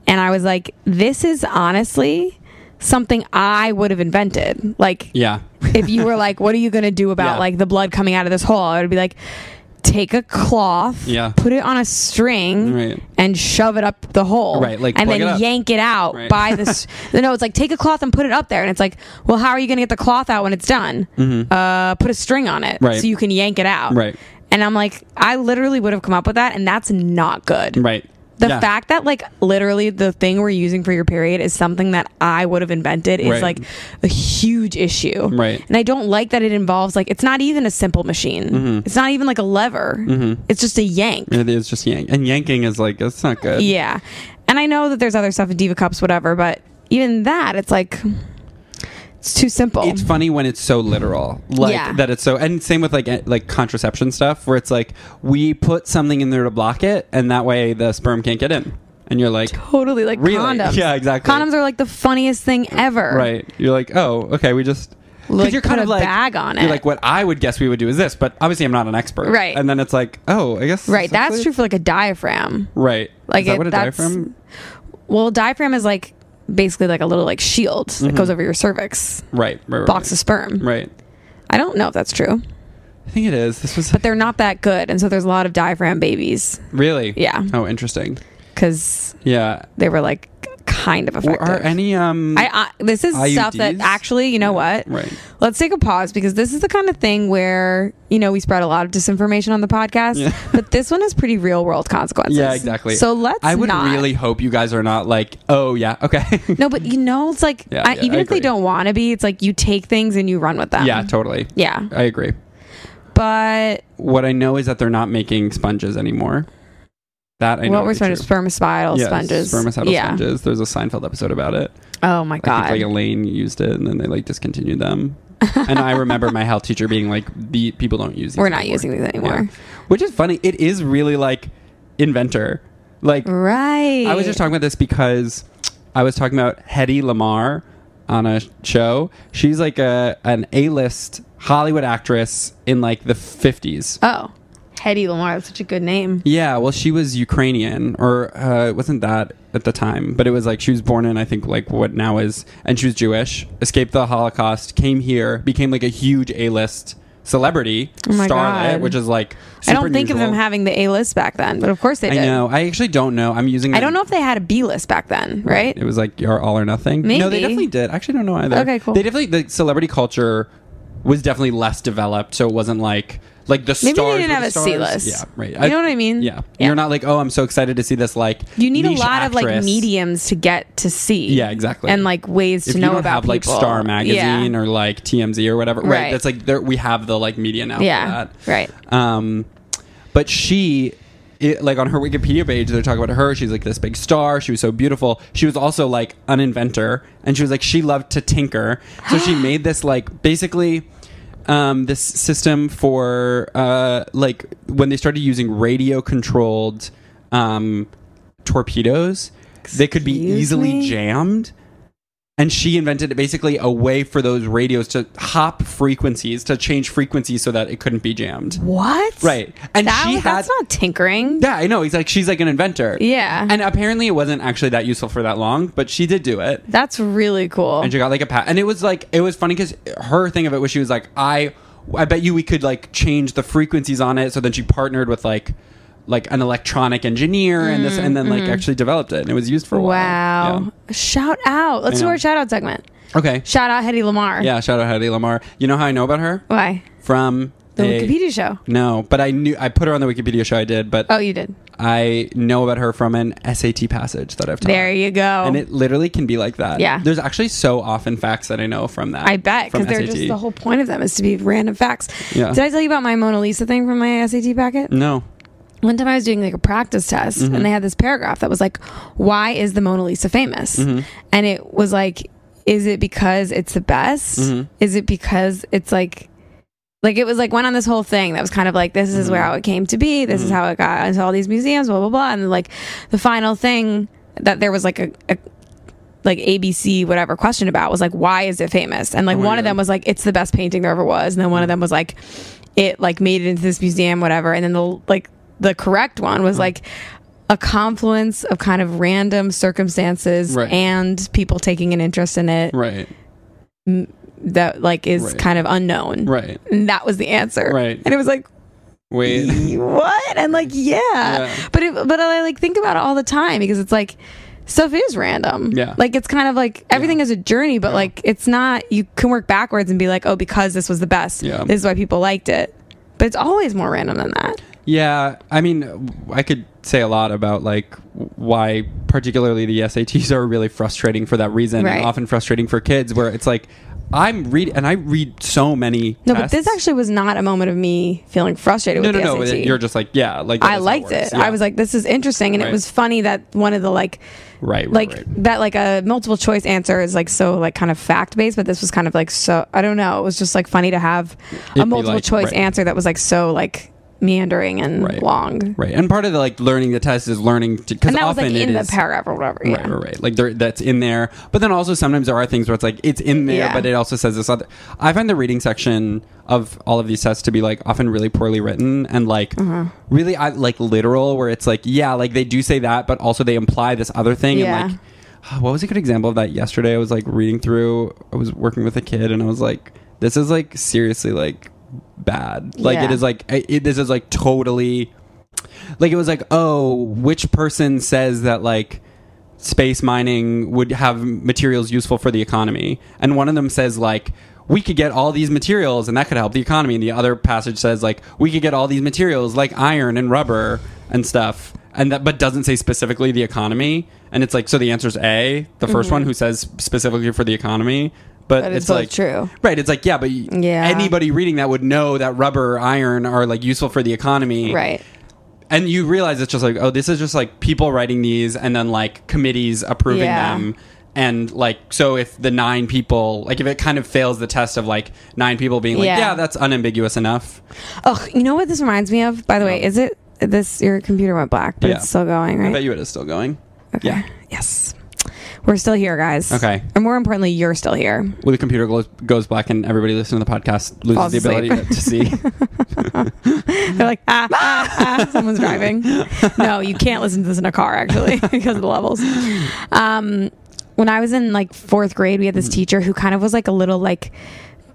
Speaker 2: And I was like, this is honestly something I would have invented. Like,
Speaker 1: Yeah. *laughs*
Speaker 2: if you were like, what are you going to do about
Speaker 1: Yeah.
Speaker 2: like the blood coming out of this hole? I would be like, take a cloth,
Speaker 1: Yeah.
Speaker 2: put it on a string,
Speaker 1: Right.
Speaker 2: and shove it up the hole,
Speaker 1: Right, like,
Speaker 2: and
Speaker 1: plug
Speaker 2: then
Speaker 1: it up.
Speaker 2: yank it out
Speaker 1: Right.
Speaker 2: by
Speaker 1: *laughs*
Speaker 2: this. no, it's like take a cloth and put it up there, and it's like, well, how are you going to get the cloth out when it's done? Uh, put a string on it,
Speaker 1: Mm-hmm. Right.
Speaker 2: so you can yank it out,
Speaker 1: Right.
Speaker 2: And I'm like, I literally would have come up with that, and that's not good,
Speaker 1: Right.
Speaker 2: The
Speaker 1: Yeah.
Speaker 2: fact that like literally the thing we're using for your period is something that I would have invented is
Speaker 1: Right.
Speaker 2: like a huge issue.
Speaker 1: Right.
Speaker 2: And I don't like that it involves like it's not even a simple machine.
Speaker 1: Mm-hmm.
Speaker 2: It's not even like a lever. It's just a yank.
Speaker 1: It is just yank. And yanking is like, that's not good.
Speaker 2: Yeah. And I know that there's other stuff in diva cups whatever, but even that it's like it's too simple.
Speaker 1: It's funny when it's so literal, like
Speaker 2: Yeah.
Speaker 1: that it's so. And same with like eh, like contraception stuff, where it's like we put something in there to block it, and that way the sperm can't get in. And you're like,
Speaker 2: totally like
Speaker 1: Really?
Speaker 2: condoms.
Speaker 1: Yeah, exactly.
Speaker 2: Condoms are like the funniest thing ever.
Speaker 1: right? You're like, oh, okay, we just.
Speaker 2: Like,
Speaker 1: you're
Speaker 2: put a bag on
Speaker 1: You're
Speaker 2: it.
Speaker 1: like, what I would guess we would do is this, but obviously I'm not an expert,
Speaker 2: Right.
Speaker 1: And then it's like, oh, I guess
Speaker 2: Right. That's
Speaker 1: actually-
Speaker 2: true for like a diaphragm.
Speaker 1: Right.
Speaker 2: Like,
Speaker 1: is that
Speaker 2: it-
Speaker 1: what a
Speaker 2: that's-
Speaker 1: diaphragm?
Speaker 2: Well, diaphragm is like basically like a little like shield that goes over your cervix.
Speaker 1: Right. Right. Mm-hmm. right,
Speaker 2: Box of sperm.
Speaker 1: *laughs* Right.
Speaker 2: I don't know if that's true,
Speaker 1: *laughs* I think it is. This was
Speaker 2: but they're not that good, and so there's a lot of diaphragm babies
Speaker 1: *laughs* really.
Speaker 2: Yeah.
Speaker 1: Oh, interesting.
Speaker 2: because
Speaker 1: Yeah.
Speaker 2: they were like kind of
Speaker 1: Were-
Speaker 2: effective.
Speaker 1: Are any um?
Speaker 2: I, I this is stuff that
Speaker 1: IUDs?
Speaker 2: actually, you know
Speaker 1: Yeah,
Speaker 2: what?
Speaker 1: right.
Speaker 2: Let's take a pause because this is the kind of thing where you know we spread a lot of disinformation on the podcast,
Speaker 1: Yeah.
Speaker 2: *laughs* but this one has pretty real world consequences.
Speaker 1: Yeah, exactly.
Speaker 2: So let's.
Speaker 1: I would
Speaker 2: not-
Speaker 1: really hope you guys are not like, oh yeah, okay, *laughs*
Speaker 2: No, but you know, it's like
Speaker 1: Yeah,
Speaker 2: I,
Speaker 1: yeah,
Speaker 2: even
Speaker 1: I
Speaker 2: if they
Speaker 1: agree.
Speaker 2: don't want to be, it's like you take things and you run with them.
Speaker 1: yeah, totally.
Speaker 2: Yeah.
Speaker 1: I agree.
Speaker 2: But
Speaker 1: What I know is that they're not making sponges anymore. That I know.
Speaker 2: what were
Speaker 1: is true.
Speaker 2: sponges? Spermicidal
Speaker 1: Yeah,
Speaker 2: sponges.
Speaker 1: Spermicidal
Speaker 2: yeah.
Speaker 1: sponges. There's a Seinfeld episode about it.
Speaker 2: Oh my
Speaker 1: I
Speaker 2: god.
Speaker 1: think like Elaine used it, and then they like discontinued
Speaker 2: *laughs*
Speaker 1: them. and I remember my health teacher being like, "The people don't use these.
Speaker 2: We're not
Speaker 1: anymore."
Speaker 2: using these
Speaker 1: Yeah.
Speaker 2: anymore.
Speaker 1: Which is funny. It is really like inventor. Like
Speaker 2: Right.
Speaker 1: I was just talking about this because I was talking about Hedy Lamar on a show. She's like a an A list Hollywood actress in like the fifties.
Speaker 2: Oh, Hedy Lamar. That's such a good name.
Speaker 1: Yeah, well, she was Ukrainian, or uh, it wasn't that at the time, but it was like she was born in, I think, like what now is, and she was Jewish, escaped the Holocaust, came here, became like a huge A list celebrity,
Speaker 2: Oh my
Speaker 1: starlet,
Speaker 2: God.
Speaker 1: which is like
Speaker 2: I don't
Speaker 1: super
Speaker 2: think of them
Speaker 1: unusual.
Speaker 2: having the A list back then, but of course they
Speaker 1: I
Speaker 2: did.
Speaker 1: know. I actually don't know. I'm using.
Speaker 2: I
Speaker 1: them-
Speaker 2: don't know if they had a B list back then, right?
Speaker 1: It was like your all or nothing. No,
Speaker 2: Maybe.
Speaker 1: they definitely did. I actually don't know either.
Speaker 2: Okay, cool.
Speaker 1: They definitely the celebrity culture was definitely less developed, so it wasn't like like the
Speaker 2: Maybe
Speaker 1: stars.
Speaker 2: they didn't
Speaker 1: were
Speaker 2: have
Speaker 1: the
Speaker 2: a
Speaker 1: stars.
Speaker 2: C-list.
Speaker 1: Yeah, right.
Speaker 2: You know what I mean?
Speaker 1: Yeah.
Speaker 2: Yeah.
Speaker 1: you're not like oh, I'm so excited to see this. Like
Speaker 2: You need a
Speaker 1: niche
Speaker 2: lot of like
Speaker 1: actress.
Speaker 2: mediums to get to see.
Speaker 1: Yeah, exactly.
Speaker 2: And like ways to
Speaker 1: If
Speaker 2: know
Speaker 1: you don't
Speaker 2: about
Speaker 1: have like
Speaker 2: people.
Speaker 1: Star Magazine
Speaker 2: yeah.
Speaker 1: or like TMZ or whatever, right?
Speaker 2: Right.
Speaker 1: That's like there, we have the like media now.
Speaker 2: Yeah,
Speaker 1: for that.
Speaker 2: right.
Speaker 1: Um, but she, it, like on her Wikipedia page, they're talking about her. She's like this big star. She was so beautiful. She was also like an inventor, and she was like she loved to tinker. So
Speaker 2: *gasps*
Speaker 1: she made this like basically. Um, this system for uh, like when they started using radio controlled um, torpedoes, they could be
Speaker 2: Excuse
Speaker 1: easily
Speaker 2: me?
Speaker 1: jammed and she invented basically a way for those radios to hop frequencies to change frequencies so that it couldn't be jammed
Speaker 2: what?
Speaker 1: right and
Speaker 2: That-
Speaker 1: she had
Speaker 2: that's not tinkering.
Speaker 1: yeah i know he's like she's like an inventor
Speaker 2: Yeah.
Speaker 1: and apparently it wasn't actually that useful for that long but she did do it
Speaker 2: that's really cool.
Speaker 1: and she got like a pat and it was like it was funny because her thing of it was she was like i i bet you we could like change the frequencies on it so then she partnered with like like an electronic engineer and this and then like actually developed it and it was used for a while
Speaker 2: Mm-hmm. wow. Shout out. Let's do
Speaker 1: know.
Speaker 2: our shout out segment.
Speaker 1: Yeah. okay
Speaker 2: Shout out Hedy Lamar.
Speaker 1: yeah shout out Hedy lamar you know how i know about her
Speaker 2: Why?
Speaker 1: from
Speaker 2: The
Speaker 1: a-
Speaker 2: Wikipedia show.
Speaker 1: No, but I knew I put her on the Wikipedia show. I did, but
Speaker 2: Oh, you did.
Speaker 1: I know about her from an SAT passage that I've taught.
Speaker 2: There you go.
Speaker 1: And it literally can be like that.
Speaker 2: Yeah.
Speaker 1: There's actually so often facts that I know from that.
Speaker 2: I bet
Speaker 1: from
Speaker 2: because they're
Speaker 1: SAT.
Speaker 2: just the whole point of them is to be random facts.
Speaker 1: Yeah. Mm.
Speaker 2: Did I tell you about my Mona Lisa thing from my SAT packet?
Speaker 1: No.
Speaker 2: One time I was doing like a practice test
Speaker 1: Mm-hmm.
Speaker 2: and they had this paragraph that was like, "Why is the Mona Lisa famous?"
Speaker 1: Mm-hmm.
Speaker 2: And it was like, "Is it because it's the best?
Speaker 1: Mm-hmm.
Speaker 2: Is it because it's like." Like it was like went on this whole thing that was kind of like this is where
Speaker 1: Mm-hmm.
Speaker 2: how it came to be, this is how it got into all these museums, blah blah blah, and like the final thing that there was like a, a like ABC whatever question about was like why is it famous?
Speaker 1: Oh,
Speaker 2: And like one of them was like it's the best painting there ever was, and then
Speaker 1: Mm-hmm.
Speaker 2: one of them was like it like made it into this museum whatever, and then the like the correct one
Speaker 1: Mm-hmm.
Speaker 2: was like a confluence of kind of random circumstances
Speaker 1: Right.
Speaker 2: and people taking an interest in it
Speaker 1: Right.
Speaker 2: that like is
Speaker 1: Right.
Speaker 2: kind of unknown.
Speaker 1: Right.
Speaker 2: And that was the answer.
Speaker 1: Right.
Speaker 2: And it was like
Speaker 1: Wait.
Speaker 2: *laughs* what? And like, yeah.
Speaker 1: Yeah.
Speaker 2: But it, but I like think about it all the time because it's like stuff is random.
Speaker 1: Yeah.
Speaker 2: Like it's kind of like everything is a journey, but like it's not. You can work backwards and be like, oh, because this was the best.
Speaker 1: Yeah.
Speaker 2: This is why people liked it. But it's always more random than that.
Speaker 1: Yeah, I mean, I could say a lot about like why, particularly the SATs are really frustrating for that reason,
Speaker 2: Right.
Speaker 1: and often frustrating for kids, where it's like I'm read and I read so many.
Speaker 2: No, but
Speaker 1: tests.
Speaker 2: this actually was not a moment of me feeling frustrated
Speaker 1: no,
Speaker 2: with
Speaker 1: no,
Speaker 2: the
Speaker 1: no.
Speaker 2: SAT.
Speaker 1: You're just like yeah, like that
Speaker 2: I
Speaker 1: is how
Speaker 2: liked it.
Speaker 1: works. Yeah.
Speaker 2: I was like, this is interesting, and it
Speaker 1: Right.
Speaker 2: was funny that one of the like
Speaker 1: right, right,
Speaker 2: like
Speaker 1: right.
Speaker 2: that like a multiple choice answer is like so like kind of fact based but this was kind of like so i don't know it was just like funny to have
Speaker 1: It'd
Speaker 2: a
Speaker 1: be
Speaker 2: multiple
Speaker 1: like-
Speaker 2: choice
Speaker 1: right.
Speaker 2: answer that was like so like meandering and
Speaker 1: Right.
Speaker 2: long
Speaker 1: right. And part of the like learning the test is learning to because
Speaker 2: and that was
Speaker 1: often
Speaker 2: like
Speaker 1: it
Speaker 2: in the
Speaker 1: is-
Speaker 2: paragraph or whatever yeah.
Speaker 1: Right, right, right. Like there, that's in there. But then also sometimes there are things where it's like it's in there,
Speaker 2: Yeah.
Speaker 1: but it also says this other. I find the reading section of all of these tests to be like often really poorly written and like
Speaker 2: Mm-hmm.
Speaker 1: really I like literal, where it's like yeah, like they do say that, but also they imply this other thing
Speaker 2: Yeah.
Speaker 1: and like. *sighs* What was a good example of that yesterday? I was like reading through, I was working with a kid and I was like, this is like seriously like bad. Like
Speaker 2: Yeah.
Speaker 1: it is like, I- it, this is like totally like it was like oh which person says that like space mining would have materials useful for the economy and one of them says like we could get all these materials and that could help the economy and the other passage says like we could get all these materials like iron and rubber and stuff and that but doesn't say specifically the economy and it's like so the answer is a the 1st one who says specifically for the economy but,
Speaker 2: But
Speaker 1: it's
Speaker 2: it's Mm-hmm. both
Speaker 1: like
Speaker 2: true.
Speaker 1: right it's like yeah but
Speaker 2: Yeah.
Speaker 1: yeah. anybody reading that would know that rubber iron are like useful for the economy
Speaker 2: right
Speaker 1: and you realize it's just like oh this is just like people writing these and then like committees approving
Speaker 2: Yeah.
Speaker 1: them and like so if the nine people like if it kind of fails the test of like nine people being like
Speaker 2: Yeah.
Speaker 1: yeah, that's unambiguous enough
Speaker 2: oh you know what this reminds me of by the way
Speaker 1: Yeah.
Speaker 2: is it this your computer went black but
Speaker 1: Yeah.
Speaker 2: it's still going right
Speaker 1: i bet you it is still going
Speaker 2: okay.
Speaker 1: yeah
Speaker 2: yes we're still here guys
Speaker 1: Okay.
Speaker 2: and more importantly you're still here
Speaker 1: well the computer goes, goes black and everybody listening to the podcast loses
Speaker 2: Falls
Speaker 1: the ability
Speaker 2: asleep.
Speaker 1: to see
Speaker 2: *laughs* They're like, ah, ah,
Speaker 1: *laughs*
Speaker 2: ah, someone's driving. No, you can't listen to this in a car actually *laughs* because of the levels. Um, when I was in like fourth grade, we had
Speaker 1: Mm.
Speaker 2: this teacher who kind of was like a little like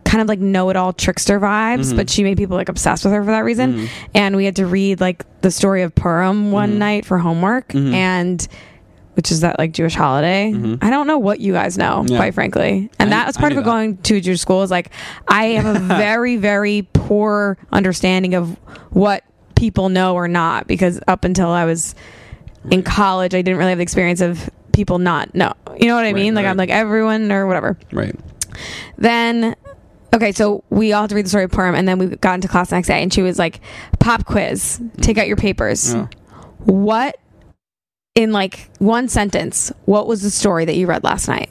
Speaker 2: kind of like know-it-all trickster vibes
Speaker 1: Mm-hmm.
Speaker 2: but she made people like obsessed with her for that reason and we had to read like the story of purim one
Speaker 1: Mm-hmm.
Speaker 2: night for homework and which is that like jewish holiday i don't know what you guys know
Speaker 1: Mm-hmm. Yeah.
Speaker 2: quite frankly and
Speaker 1: I-
Speaker 2: that was
Speaker 1: I
Speaker 2: part
Speaker 1: knew
Speaker 2: of
Speaker 1: that.
Speaker 2: going to Jewish school is like I
Speaker 1: *laughs*
Speaker 2: have a very very poor understanding of what people know or not because up until I was in college I didn't really have the experience of people not know. You know what I mean? Like I'm
Speaker 1: right.
Speaker 2: like everyone or whatever.
Speaker 1: right
Speaker 2: Then okay, so we all had to read the story of Purim and then we got into class the next day and she was like pop quiz, take out your papers.
Speaker 1: Yeah.
Speaker 2: What in like one sentence, what was the story that you read last night?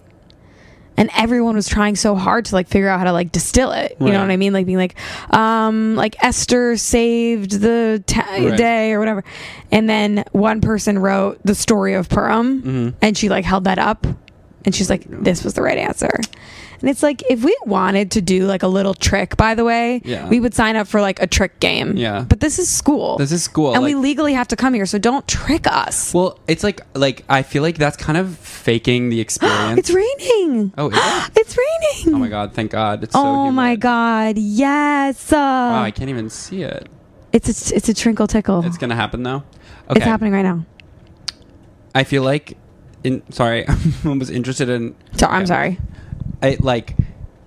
Speaker 2: and everyone was trying so hard to like figure out how to like distill it you know
Speaker 1: Right.
Speaker 2: what i mean like being like um like esther saved the ta-
Speaker 1: Right.
Speaker 2: day or whatever and then one person wrote the story of purim
Speaker 1: Mm. Mm-hmm.
Speaker 2: and she like held that up and she's like this was the right answer and it's like if we wanted to do like a little trick by the way
Speaker 1: Yeah.
Speaker 2: we would sign up for like a trick game
Speaker 1: Yeah.
Speaker 2: but this is school
Speaker 1: This is school,
Speaker 2: and we
Speaker 1: like-
Speaker 2: legally have to come here so don't trick us
Speaker 1: well it's like like i feel like that's kind of faking the experience
Speaker 2: *gasps* it's raining
Speaker 1: oh is it?
Speaker 2: *gasps* it's raining
Speaker 1: oh my god thank god it's so
Speaker 2: oh
Speaker 1: humid.
Speaker 2: my god, yes! Uh,
Speaker 1: wow i can't even see it
Speaker 2: it's a, it's a trinkle tickle. It's,
Speaker 1: it's gonna happen though okay
Speaker 2: happening right now.
Speaker 1: I feel like in sorry, *laughs* I was interested in
Speaker 2: So, I'm sorry.
Speaker 1: I like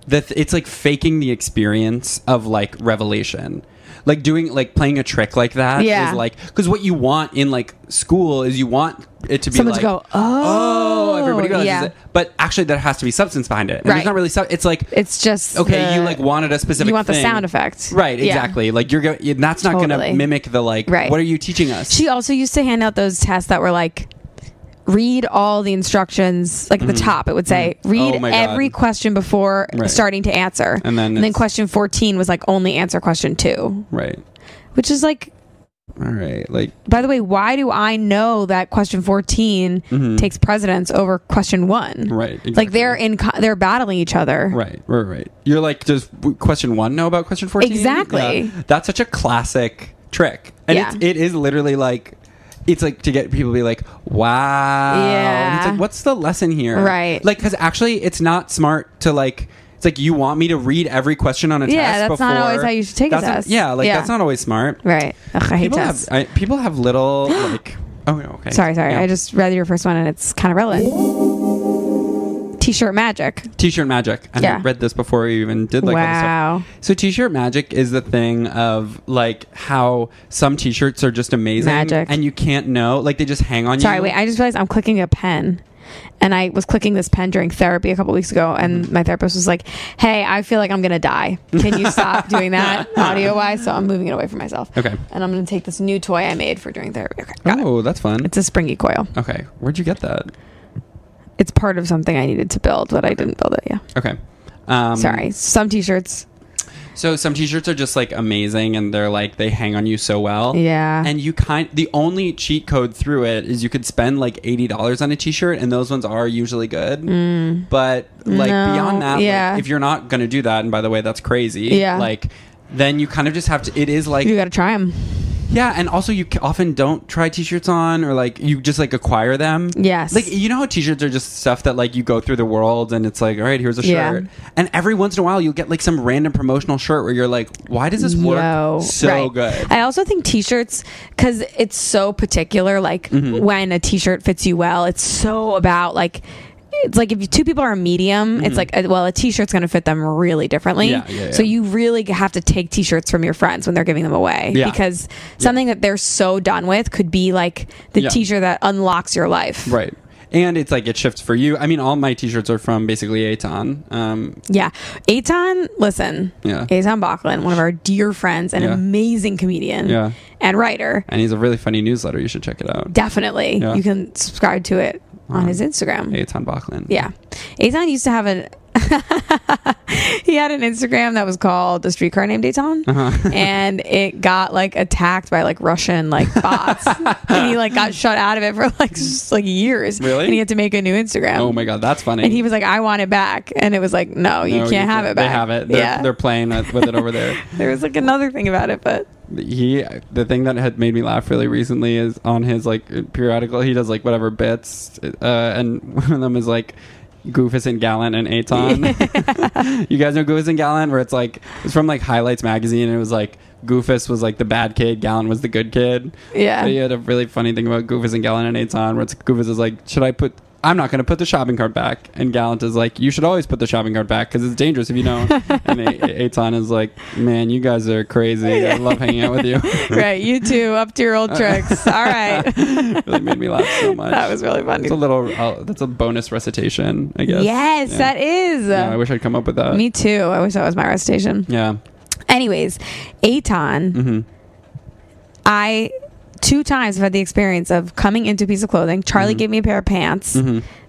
Speaker 1: the th- it's like faking the experience of like revelation. Like doing like playing a trick like that is
Speaker 2: Yeah.
Speaker 1: like cuz what you want in like school is you want it to be
Speaker 2: Someone to
Speaker 1: like
Speaker 2: go, "Oh,"
Speaker 1: everybody realizes
Speaker 2: yeah.
Speaker 1: it. But actually there has to be substance behind it. And
Speaker 2: Right.
Speaker 1: there's not really sub- it's like
Speaker 2: It's just
Speaker 1: okay,
Speaker 2: the-
Speaker 1: you like wanted a specific
Speaker 2: you want the
Speaker 1: thing.
Speaker 2: sound effect,
Speaker 1: Right,
Speaker 2: Yeah.
Speaker 1: exactly. Like you're going that's not
Speaker 2: Totally.
Speaker 1: going to mimic the like
Speaker 2: Right.
Speaker 1: what are you teaching us?
Speaker 2: She also used to hand out those tests that were like. Read all the instructions, like at the top, it would say, read
Speaker 1: Mm-hmm. Oh my God.
Speaker 2: every question before
Speaker 1: Right.
Speaker 2: starting to answer.
Speaker 1: And then
Speaker 2: and then
Speaker 1: it's-
Speaker 2: question 14 was like only answer question two,
Speaker 1: right.
Speaker 2: which is like,
Speaker 1: All right. Like
Speaker 2: by the way, why do I know that question 14 takes precedence over question one?
Speaker 1: Mm-hmm. right.
Speaker 2: Like
Speaker 1: exactly.
Speaker 2: they're in, co- they're battling each other.
Speaker 1: Right, right, right. You're like, does w- question one know about question 14?
Speaker 2: Exactly.
Speaker 1: Yeah. That's such a classic trick. And
Speaker 2: Yeah.
Speaker 1: it's, it is literally like, it's like to get people to be like, wow. And
Speaker 2: Yeah.
Speaker 1: It's like, what's the lesson here?
Speaker 2: Right.
Speaker 1: Like, because actually, it's not smart to like It's like you want me to read every question on a
Speaker 2: Yeah,
Speaker 1: test.
Speaker 2: that's
Speaker 1: before,
Speaker 2: not always how you should take a
Speaker 1: that's not-
Speaker 2: test.
Speaker 1: yeah, like
Speaker 2: Yeah.
Speaker 1: that's not always smart.
Speaker 2: Right. Ugh, I hate
Speaker 1: People have
Speaker 2: tests.
Speaker 1: I, people have
Speaker 2: *gasps*
Speaker 1: little like. Oh no. Okay.
Speaker 2: sorry, sorry.
Speaker 1: Yeah.
Speaker 2: I just read your first one and it's kind of relevant. T-shirt magic.
Speaker 1: T-shirt magic. And
Speaker 2: Yeah.
Speaker 1: I read this before we even did like all this stuff.
Speaker 2: wow.
Speaker 1: So t-shirt magic is the thing of like how some t-shirts are just amazing
Speaker 2: Magic.
Speaker 1: and you can't know like they just hang on
Speaker 2: Sorry,
Speaker 1: you.
Speaker 2: wait. I just realized I'm clicking a pen. And I was clicking this pen during therapy a couple weeks ago, and
Speaker 1: Mm-hmm.
Speaker 2: my therapist was like, Hey, I feel like I'm going to die. Can you
Speaker 1: *laughs*
Speaker 2: stop doing that audio wise? So I'm moving it away from myself.
Speaker 1: Okay.
Speaker 2: And I'm going to take this new toy I made for doing therapy. Okay. Got it.
Speaker 1: Oh, that's fun.
Speaker 2: It's a springy coil.
Speaker 1: okay. Where'd you get that?
Speaker 2: It's part of something I needed to build, but I didn't build it. Yeah.
Speaker 1: Okay. Um,
Speaker 2: Sorry. Some t shirts.
Speaker 1: So some t-shirts are just like amazing and they're like they hang on you so well.
Speaker 2: Yeah.
Speaker 1: And you kind the only cheat code through it is you could spend like $80 on a t-shirt and those ones are usually good. But like
Speaker 2: Mm. No,
Speaker 1: beyond that, like,
Speaker 2: yeah.
Speaker 1: if you're not going to do that and by the way that's crazy,
Speaker 2: Yeah.
Speaker 1: like then you kind of just have to it is like
Speaker 2: You got to try them.
Speaker 1: yeah, and also you c- often don't try t-shirts on or like you just like acquire them.
Speaker 2: Yes.
Speaker 1: Like you know how t-shirts are just stuff that like you go through the world and it's like, all right, here's a
Speaker 2: Yeah.
Speaker 1: shirt. And every once in a while you'll get like some random promotional shirt where you're like, why does this work
Speaker 2: Yo.
Speaker 1: so
Speaker 2: Right.
Speaker 1: good?
Speaker 2: I also think t-shirts because it's so particular. Like
Speaker 1: Mm-hmm.
Speaker 2: when a t-shirt fits you well, it's so about like. It's like if you, two people are a medium, it's like uh, well, a t-shirt's going to fit them really differently.
Speaker 1: Mm-hmm. Yeah, yeah, yeah.
Speaker 2: So you really have to take t-shirts from your friends when they're giving them away
Speaker 1: Yeah.
Speaker 2: because something that they're so done with could be like the
Speaker 1: Yeah.
Speaker 2: t-shirt that unlocks your life.
Speaker 1: Right. And it's like it shifts for you. I mean, all my t-shirts are from basically Aton. Um,
Speaker 2: Yeah. Aton, listen.
Speaker 1: Yeah.
Speaker 2: Aton Bachlin, one of our dear friends, an
Speaker 1: Yeah.
Speaker 2: amazing comedian
Speaker 1: Yeah.
Speaker 2: and writer.
Speaker 1: and he's a really funny newsletter. You should check it out.
Speaker 2: Definitely.
Speaker 1: Yeah.
Speaker 2: You can subscribe to it on his Instagram.
Speaker 1: Aton Bachlin.
Speaker 2: yeah. Aton used to have an *laughs* he had an Instagram that was called the streetcar named Aton
Speaker 1: Uh-huh. *laughs*
Speaker 2: and it got like attacked by like Russian like bots. and he like got shut out of it for like s- like years.
Speaker 1: Really?
Speaker 2: And he had to make a new Instagram.
Speaker 1: Oh my god, that's funny.
Speaker 2: And he was like, I want it back. And it was like, no, you
Speaker 1: No,
Speaker 2: can't have it back.
Speaker 1: They have it. They're,
Speaker 2: yeah.
Speaker 1: they're playing with it over
Speaker 2: *laughs*
Speaker 1: there.
Speaker 2: There was like another thing about it,
Speaker 1: *laughs*
Speaker 2: but
Speaker 1: he the thing that had made me laugh really recently is on his like periodical he does like whatever bits uh, and *laughs* one of them is like Goofus and Gallant and Aton. *laughs* you guys know Goofus and Gallant, where it's like it's from like Highlights magazine. And it was like Goofus was like the bad kid, Gallant was the good kid.
Speaker 2: Yeah.
Speaker 1: But he had a really funny thing about Goofus and Gallant and Aton, where it's Goofus is like, should I put? I'm not going to put the shopping cart back. And Gallant is like, you should always put the shopping cart back because it's dangerous if you
Speaker 2: *laughs*
Speaker 1: don't. and A- Aton is like, man, you guys are crazy.
Speaker 2: *laughs*
Speaker 1: I love hanging out with you. *laughs*
Speaker 2: right, you two up to your old tricks. All right.
Speaker 1: really made me laugh so much.
Speaker 2: That was really funny.
Speaker 1: It's a little. Uh, that's a bonus recitation, I guess.
Speaker 2: Yes,
Speaker 1: Yeah.
Speaker 2: that is.
Speaker 1: Yeah, I wish I'd come up with that.
Speaker 2: Me too. I wish that was my recitation.
Speaker 1: Yeah.
Speaker 2: Anyways, Aton,
Speaker 1: Mm-hmm.
Speaker 2: I two times have had the experience of coming into a piece of clothing.
Speaker 1: Mm-hmm.
Speaker 2: Charlie gave me a pair of pants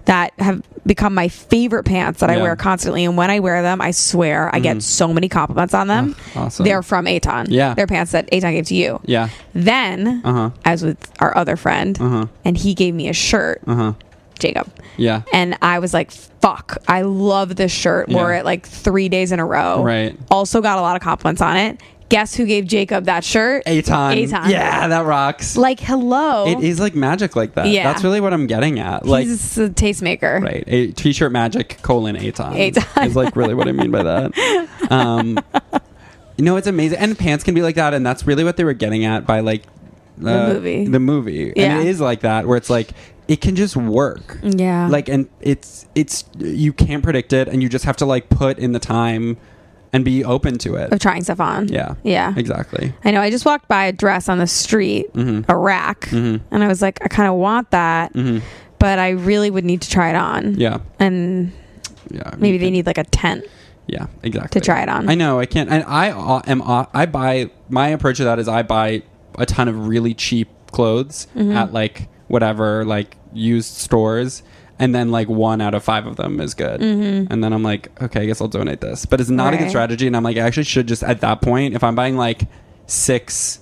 Speaker 2: that have become my favorite pants that I
Speaker 1: Yeah.
Speaker 2: wear constantly. And when I wear them, I swear I get so many compliments on them.
Speaker 1: Ugh, Oh, awesome.
Speaker 2: They're from Aton.
Speaker 1: Yeah.
Speaker 2: They're pants that Aton gave to you.
Speaker 1: Yeah.
Speaker 2: Then
Speaker 1: Uh-huh.
Speaker 2: I was with our other friend,
Speaker 1: Uh-huh.
Speaker 2: and he gave me a shirt,
Speaker 1: Uh huh.
Speaker 2: Jacob.
Speaker 1: Yeah.
Speaker 2: And I was like, fuck, I love this shirt. Wore
Speaker 1: Yeah.
Speaker 2: it like three days in a row.
Speaker 1: Right.
Speaker 2: Also got a lot of compliments on it. Guess who gave Jacob that shirt?
Speaker 1: Aton.
Speaker 2: Aton.
Speaker 1: Yeah, that rocks.
Speaker 2: Like, hello.
Speaker 1: it is like magic like that.
Speaker 2: Yeah.
Speaker 1: That's really what I'm getting at. Like
Speaker 2: He's a tastemaker.
Speaker 1: right. A t-shirt magic colon Aton.
Speaker 2: Aton.
Speaker 1: Is like really what I mean by
Speaker 2: *laughs*
Speaker 1: that. Um No, it's amazing. And pants can be like that and that's really what they were getting at by like uh,
Speaker 2: movie.
Speaker 1: The movie.
Speaker 2: Yeah.
Speaker 1: And it is like that where it's like it can just work.
Speaker 2: Yeah.
Speaker 1: Like and it's it's you can't predict it and you just have to like put in the time and be open to it.
Speaker 2: Of trying stuff on.
Speaker 1: Yeah.
Speaker 2: Yeah.
Speaker 1: Exactly.
Speaker 2: I know. I just walked by a dress on the street,
Speaker 1: Mm-hmm.
Speaker 2: a rack, and I was like, I kind of want that, but I really would need to try it on.
Speaker 1: Yeah.
Speaker 2: And
Speaker 1: Yeah.
Speaker 2: maybe
Speaker 1: You
Speaker 2: they
Speaker 1: can-
Speaker 2: need like a tent.
Speaker 1: Yeah, exactly.
Speaker 2: to try it on.
Speaker 1: I know. I can't. And I uh, am. uh, I buy. My approach to that is I buy a ton of really cheap clothes
Speaker 2: Mm-hmm.
Speaker 1: at like whatever like used stores, and then like one out of five of them is good, and then I'm like, okay, I guess I'll donate this. But it's not a
Speaker 2: Mm-hmm. Right.
Speaker 1: good strategy, and I'm like, I actually should just at that point, if I'm buying like six.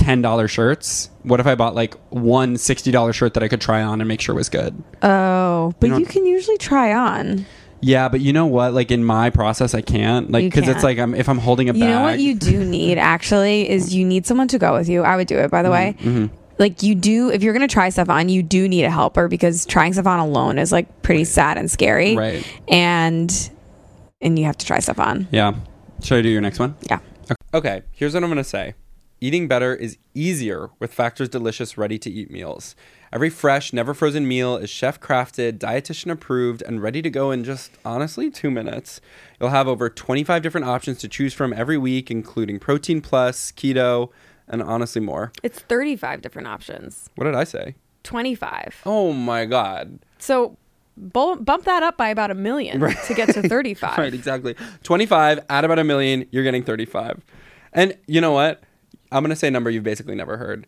Speaker 1: Ten dollar shirts. What if I bought like one sixty dollar shirt that I could try on and make sure was good?
Speaker 2: Oh, but
Speaker 1: You know-
Speaker 2: you can usually try on.
Speaker 1: Yeah, but you know what? Like in my process, I can't. Like
Speaker 2: You
Speaker 1: because it's
Speaker 2: can't.
Speaker 1: like I'm if I'm holding a
Speaker 2: You
Speaker 1: bag.
Speaker 2: know what
Speaker 1: *laughs*
Speaker 2: you do need actually is you need someone to go with you. I would do
Speaker 1: Mm-hmm,
Speaker 2: it by the way. Like you do if you're going to try stuff on, you do need a helper because trying stuff on alone is like pretty sad and scary.
Speaker 1: Right.
Speaker 2: And and you have to try stuff on.
Speaker 1: Yeah. Should I do your next one?
Speaker 2: Yeah.
Speaker 1: Okay, here's what I'm going to say. Eating better is easier with Factor's delicious ready to eat meals. Every fresh, never frozen meal is chef crafted, dietitian approved, and ready to go in just honestly two minutes. You'll have over 25 different options to choose from every week, including Protein Plus, Keto, and honestly more.
Speaker 2: It's 35 different options.
Speaker 1: What did I say?
Speaker 2: 25.
Speaker 1: Oh my God.
Speaker 2: So bul- bump that up by about a million to get
Speaker 1: *laughs*
Speaker 2: to 35.
Speaker 1: Right, exactly. 25, add about a million, you're getting 35. And you know what? I'm going to say a number you've basically never heard.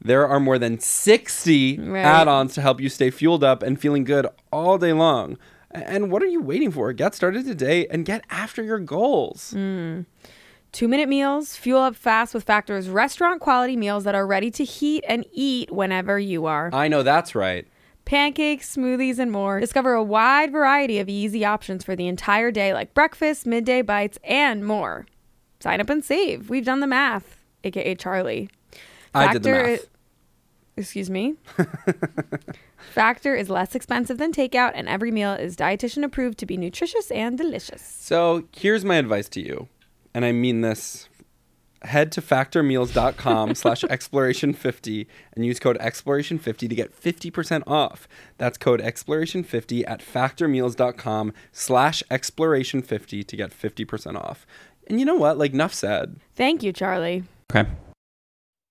Speaker 1: There are more than 60
Speaker 2: Right.
Speaker 1: add ons to help you stay fueled up and feeling good all day long. A- And what are you waiting for? Get started today and get after your goals.
Speaker 2: Two minute meals, fuel up fast with Factor's restaurant quality meals that are ready to heat and eat whenever you are.
Speaker 1: I know that's right.
Speaker 2: Pancakes, smoothies, and more. Discover a wide variety of easy options for the entire day, like breakfast, midday bites, and more. Sign up and save. We've done the math, aka Charlie.
Speaker 1: I did the math.
Speaker 2: Excuse me. *laughs* Factor is less expensive than takeout, and every meal is dietitian approved to be nutritious and delicious.
Speaker 1: So here's my advice to you, and I mean this. Head to *laughs* factormeals.com slash exploration50 and use code exploration50 to get 50% off. That's code exploration50 at factormeals.com slash exploration50 to get 50% off. And you know what? Like, enough said.
Speaker 2: Thank you, Charlie.
Speaker 1: Okay.